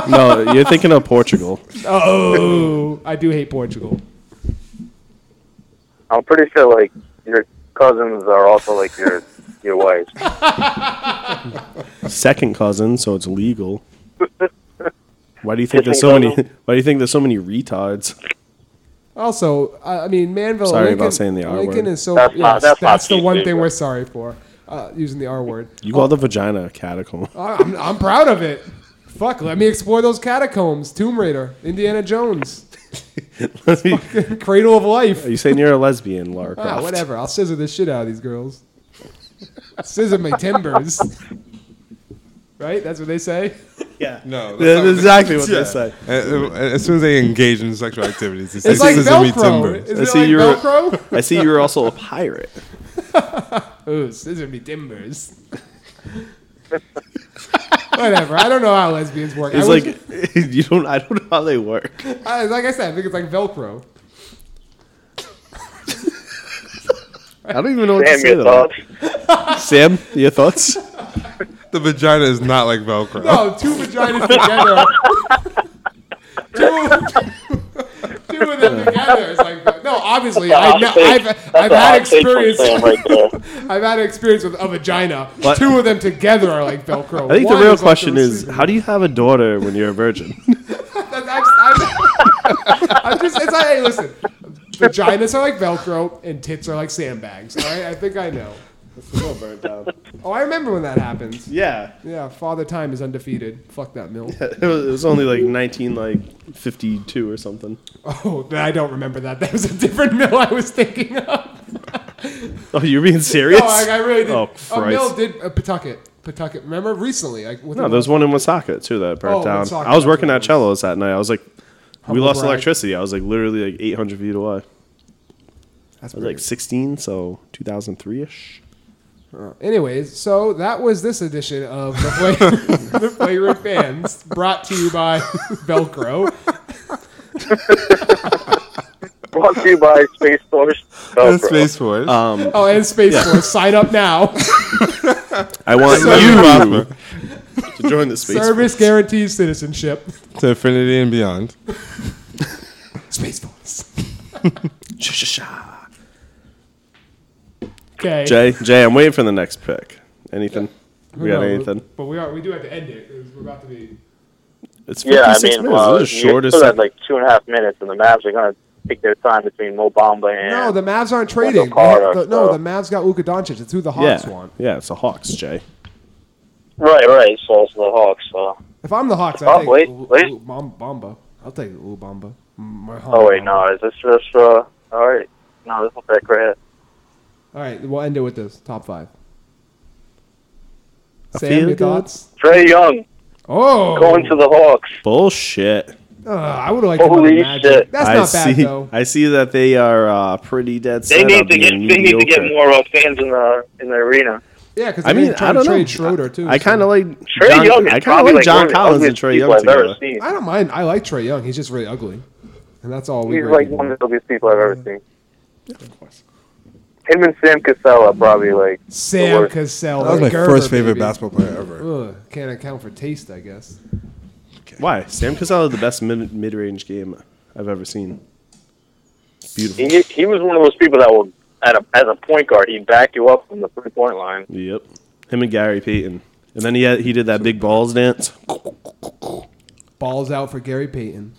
Speaker 1: No, you're thinking of Portugal.
Speaker 5: Oh, I do hate Portugal.
Speaker 4: I'm pretty sure like your cousins are also like your your wives.
Speaker 1: Second cousin, so it's legal. Why do you think there's so
Speaker 4: Second
Speaker 1: many?
Speaker 4: cousin.
Speaker 1: Why do you think there's so many retards?
Speaker 5: Also, I I mean, Manville.
Speaker 1: Sorry
Speaker 5: Lincoln,
Speaker 1: about saying the R
Speaker 5: Lincoln
Speaker 1: word.
Speaker 5: is so.
Speaker 4: That's
Speaker 5: yes,
Speaker 4: not- that's not
Speaker 5: the
Speaker 4: PC,
Speaker 5: one thing
Speaker 4: bro.
Speaker 5: we're sorry for, uh, using the R word.
Speaker 1: You call the vagina a catacomb.
Speaker 5: I- I'm, I'm proud of it. Fuck, let me explore those catacombs. Tomb Raider, Indiana Jones,
Speaker 1: Are
Speaker 5: Cradle of Life.
Speaker 1: you saying you're a lesbian, Lara
Speaker 5: Ah,
Speaker 1: Croft?
Speaker 5: whatever. I'll scissor the shit out of these girls. scissor my timbers. right? That's what they say.
Speaker 1: Yeah.
Speaker 3: No, that's
Speaker 1: That's
Speaker 3: not-
Speaker 1: exactly what
Speaker 3: Yeah.
Speaker 1: they say.
Speaker 3: Uh, uh, As soon as they engage in sexual activities, it's,
Speaker 5: It's like Velcro.
Speaker 3: timber.
Speaker 5: Is
Speaker 1: I
Speaker 5: it
Speaker 1: see
Speaker 5: like
Speaker 1: you're-
Speaker 5: Velcro?
Speaker 1: I see you're also a pirate.
Speaker 5: Ooh, scissor me timbers. Whatever. I don't know how lesbians work.
Speaker 1: It's
Speaker 5: I wish-
Speaker 1: like you don't. I don't know how they work.
Speaker 5: I, like I said, I think it's like Velcro.
Speaker 1: I don't even know what to
Speaker 4: Damn
Speaker 1: say.
Speaker 4: your
Speaker 1: Though.
Speaker 4: thoughts.
Speaker 1: Sam, your thoughts?
Speaker 3: The vagina is not like Velcro.
Speaker 5: No, Oh, two vaginas together. two, two of them together is like no. Obviously, I,
Speaker 4: Hot
Speaker 5: no,
Speaker 4: take.
Speaker 5: I've
Speaker 4: That's
Speaker 5: I've
Speaker 4: a
Speaker 5: had
Speaker 4: hot take from
Speaker 5: experience.
Speaker 4: Sam right there.
Speaker 5: I've had experience with a vagina.
Speaker 1: But-
Speaker 5: Two of them together are like Velcro.
Speaker 1: I think the real question is, how do you have a daughter when you're a virgin?
Speaker 5: I'm, I'm, I'm just. It's like, hey, listen. Vaginas are like Velcro, and tits are like sandbags. All right, I think I know. Oh, I remember when that happens.
Speaker 1: yeah,
Speaker 5: Yeah, Father Time is undefeated. Fuck that milk.
Speaker 1: it was, it was only like 19, like 52 or something.
Speaker 5: Oh, then I don't remember that. That was a different mill I was thinking of.
Speaker 1: Oh, you're being serious?
Speaker 5: No, I, I really did.
Speaker 1: Oh,
Speaker 5: a
Speaker 1: Christ.
Speaker 5: mill did uh, Pawtucket. Pawtucket. Remember recently? Like with
Speaker 1: no, there was one in Wasaka too that burnt
Speaker 5: Oh,
Speaker 1: down.
Speaker 5: Woonsocket,
Speaker 1: I was
Speaker 5: that's
Speaker 1: working
Speaker 5: what it
Speaker 1: at
Speaker 5: was.
Speaker 1: Cello's that night. I was like, we
Speaker 5: Humble
Speaker 1: lost
Speaker 5: brag.
Speaker 1: electricity. I was like literally like 800 feet away.
Speaker 5: That's
Speaker 1: I was like
Speaker 5: weird.
Speaker 1: 16, so 2003 ish.
Speaker 5: Anyways, so that was this edition of the, Fla- the Flagrant Fans, brought to you by Velcro.
Speaker 4: Brought to you by Space Force.
Speaker 3: That's
Speaker 4: Velcro.
Speaker 3: Space Force.
Speaker 1: Uh, Um,
Speaker 5: Oh, and Space Force. Sign up now.
Speaker 1: I want
Speaker 3: So
Speaker 1: you
Speaker 3: Rafa,
Speaker 1: to join the space.
Speaker 5: Service guarantees citizenship.
Speaker 3: to infinity and beyond.
Speaker 5: Space Force.
Speaker 1: Sha-sha-sha.
Speaker 5: Okay.
Speaker 1: Jay, Jay, I'm waiting for the next pick. Anything?
Speaker 5: Who
Speaker 1: We got
Speaker 5: knows?
Speaker 1: anything?
Speaker 5: But we are. We do have to end it. 'cause We're about to be.
Speaker 1: It's 56
Speaker 4: Yeah, I mean,
Speaker 1: minutes.
Speaker 4: well,
Speaker 1: this is the shortest.
Speaker 4: you still had like two and a half minutes, and the Mavs are going to take their time between Mo Bamba and.
Speaker 5: No, the Mavs aren't trading.
Speaker 4: Carter,
Speaker 5: The- no,
Speaker 4: so-
Speaker 5: the Mavs got Luka Doncic. It's who the Hawks
Speaker 1: yeah,
Speaker 5: want.
Speaker 1: yeah, it's the Hawks, Jay.
Speaker 4: right, right. So it's the Hawks. So.
Speaker 5: If I'm the Hawks,
Speaker 4: Oh,
Speaker 5: I'll take
Speaker 4: wait,
Speaker 5: Lu-
Speaker 4: wait.
Speaker 5: Lu- Bom- Bamba. I'll take Lou Bamba. Mm,
Speaker 4: Oh wait, no, is this just uh? All right, no, this is that great.
Speaker 5: All right, we'll end it with this top five.
Speaker 1: I
Speaker 5: Sam,
Speaker 1: feel
Speaker 5: your
Speaker 1: good.
Speaker 5: thoughts?
Speaker 4: Trey Young
Speaker 5: Oh,
Speaker 4: going to the Hawks.
Speaker 1: Bullshit.
Speaker 5: Ugh, I would like
Speaker 4: Holy
Speaker 5: to
Speaker 4: shit.
Speaker 5: That's
Speaker 1: I
Speaker 5: not bad
Speaker 1: see,
Speaker 5: though.
Speaker 1: I see that they are uh, pretty dead.
Speaker 4: They
Speaker 1: set on
Speaker 4: need to get
Speaker 1: being
Speaker 4: they need to get
Speaker 1: mediocre.
Speaker 4: more uh, fans in the in the arena.
Speaker 5: Yeah, because
Speaker 1: I mean,
Speaker 5: trying
Speaker 1: I don't
Speaker 5: to
Speaker 1: know.
Speaker 5: trade Schroeder too.
Speaker 1: I
Speaker 5: so-
Speaker 1: kind of like
Speaker 4: Trey
Speaker 1: John,
Speaker 4: Young.
Speaker 1: I
Speaker 4: Is
Speaker 1: kind
Speaker 4: probably,
Speaker 1: of like
Speaker 4: one
Speaker 1: John
Speaker 4: of
Speaker 1: Collins
Speaker 4: the
Speaker 1: and Trey
Speaker 4: ugliest
Speaker 1: Young
Speaker 4: people I've
Speaker 1: together.
Speaker 4: ever seen.
Speaker 5: I don't mind. I like Trey Young. He's just really ugly, and that's all we.
Speaker 4: He's like
Speaker 5: rated him.
Speaker 4: one of the ugliest people I've ever seen. Him and Sam Cassella probably like the
Speaker 5: Sam
Speaker 4: worst.
Speaker 5: Cassell.
Speaker 3: That was my
Speaker 5: Gerber,
Speaker 3: first favorite
Speaker 5: baby.
Speaker 3: basketball player ever.
Speaker 5: Ugh, can't account for taste, I guess.
Speaker 1: Why? Sam Cassell had the best mid mid range game I've ever seen. Beautiful.
Speaker 4: He, he was one of those people that will at a, as a point guard he'd back you up from the three point line.
Speaker 1: Yep. Him and Gary Payton, and then he had, he did that big balls dance.
Speaker 5: Balls out for Gary Payton.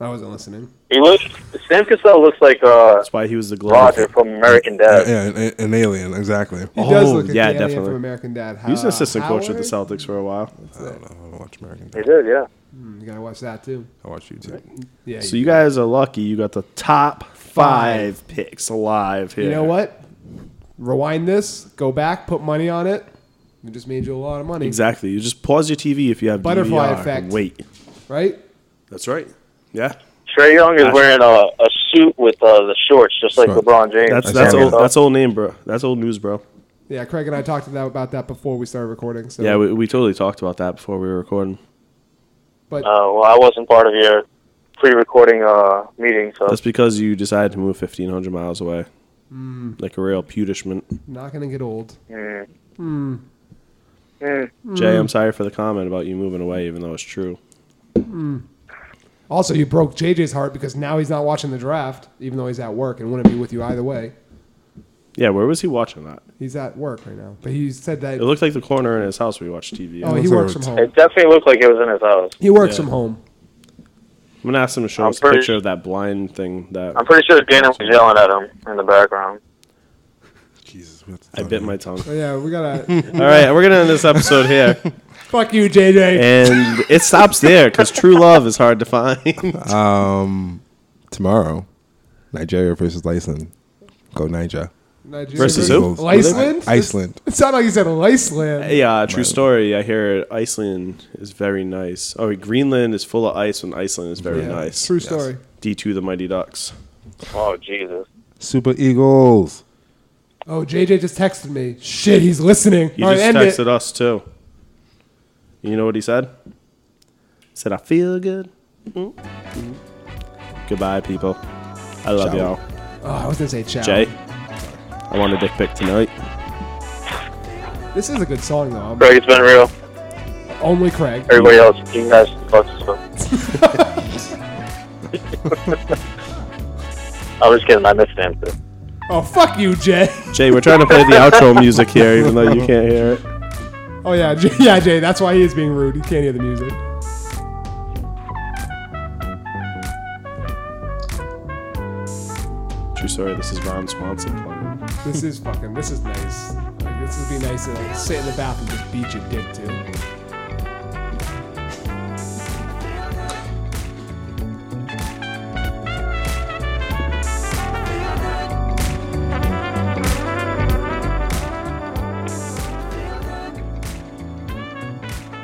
Speaker 5: I wasn't listening.
Speaker 4: He looks Sam Cassell looks like uh
Speaker 1: That's why he was the glove.
Speaker 4: Roger from American Dad.
Speaker 3: Yeah, an, an alien, exactly.
Speaker 5: He
Speaker 1: Oh,
Speaker 5: does look like
Speaker 1: yeah,
Speaker 5: the alien
Speaker 1: definitely.
Speaker 5: from American Dad.
Speaker 1: He was an
Speaker 5: Uh,
Speaker 1: assistant coach with the
Speaker 5: Howard?
Speaker 1: Celtics for a while.
Speaker 3: I don't know. I don't watch American
Speaker 4: He
Speaker 3: Dad.
Speaker 4: did, yeah.
Speaker 5: You gotta watch that too.
Speaker 3: I watch YouTube.
Speaker 5: Yeah.
Speaker 1: So you guys are lucky. You got the top five, picks live here.
Speaker 5: You know what? Rewind this, go back, put money on it. It just made you a lot of money,
Speaker 1: Exactly. You just pause your TV if you have
Speaker 5: Butterfly
Speaker 1: DVR.
Speaker 5: effect.
Speaker 1: Wait.
Speaker 5: right?
Speaker 1: That's right. Yeah.
Speaker 4: Trey Young is
Speaker 1: Gosh.
Speaker 4: wearing a, a suit with uh, the shorts, just like
Speaker 3: Shorts.
Speaker 4: LeBron James.
Speaker 1: That's
Speaker 3: I
Speaker 1: that's
Speaker 3: saw
Speaker 1: old
Speaker 3: that.
Speaker 1: that's old name, bro. That's old news, bro.
Speaker 5: Yeah, Craig and I talked to that about that before we started recording. So
Speaker 1: Yeah, we, we totally talked about that before we were recording.
Speaker 5: but
Speaker 4: Uh, well, I wasn't part of your pre-recording uh, meeting, so
Speaker 1: That's because you decided to move fifteen hundred miles away.
Speaker 5: Mm.
Speaker 1: Like a real putishment.
Speaker 5: not gonna get old.
Speaker 4: mm.
Speaker 5: Mm.
Speaker 1: Jay, I'm sorry for the comment about you moving away, even though it's true.
Speaker 5: Also, you broke JJ's heart because now he's not watching the draft, even though he's at work and wouldn't be with you either way.
Speaker 1: Yeah, where was he watching that?
Speaker 5: He's at work right now, but he said that.
Speaker 1: It looked like the corner in his house where he watched TV.
Speaker 5: Oh,
Speaker 1: I'm
Speaker 5: he
Speaker 3: looks like
Speaker 5: works
Speaker 3: a
Speaker 5: from
Speaker 3: ret-
Speaker 5: home.
Speaker 4: it definitely looked like it was in his house.
Speaker 5: He works
Speaker 1: Yeah.
Speaker 5: from home.
Speaker 1: gonna ask him to show
Speaker 4: I'm
Speaker 1: us a picture
Speaker 4: pretty-
Speaker 1: of that blind thing that
Speaker 4: I'm pretty sure Dana was yelling at him in the background.
Speaker 3: Jesus, we have to
Speaker 1: I
Speaker 3: talk
Speaker 1: bit
Speaker 3: about
Speaker 1: my
Speaker 3: it.
Speaker 1: tongue.
Speaker 5: But Oh, yeah, we gotta
Speaker 1: All right, we're gonna end this episode here,
Speaker 5: fuck you, JJ.
Speaker 1: and it stops there because true love is hard to find.
Speaker 3: tomorrow. Nigeria versus Iceland. Go Niger.
Speaker 5: Nigeria
Speaker 1: Versus who?
Speaker 5: Iceland.
Speaker 3: Iceland.
Speaker 5: It sounded like you said Iceland.
Speaker 1: Hey, uh, true story. I hear Iceland is very nice. Oh, wait, Greenland is full of ice, and Iceland is very nice.
Speaker 5: True story.
Speaker 1: D2 the Mighty Ducks.
Speaker 4: Oh Jesus!
Speaker 3: Super Eagles.
Speaker 5: Oh, JJ just texted me. Shit, he's listening.
Speaker 1: He
Speaker 5: All right,
Speaker 1: just
Speaker 5: end
Speaker 1: texted
Speaker 5: it.
Speaker 1: us, too. You know what he said? Said I feel good. Mm, mm. Goodbye, people. I love
Speaker 3: Ciao.
Speaker 1: y'all.
Speaker 5: Oh, I was gonna say Chow.
Speaker 1: Jay, I want a dick pic tonight.
Speaker 5: This is a good song though. I'm-
Speaker 4: Craig, it's been real.
Speaker 5: Only Craig.
Speaker 4: Everybody else, you guys, fuck yourself. I'm just kidding. I missed him too.
Speaker 5: Oh fuck you, Jay.
Speaker 1: Jay, we're trying to play the outro music here, even though you can't hear it.
Speaker 5: Oh yeah, Jay, yeah, Jay. That's why he is being rude. He can't hear the music.
Speaker 1: True story. This is Ron Swanson. playing.
Speaker 5: This is fucking. This is nice. Like, this would be nice to like, sit in the bathroom and just beat your dick too.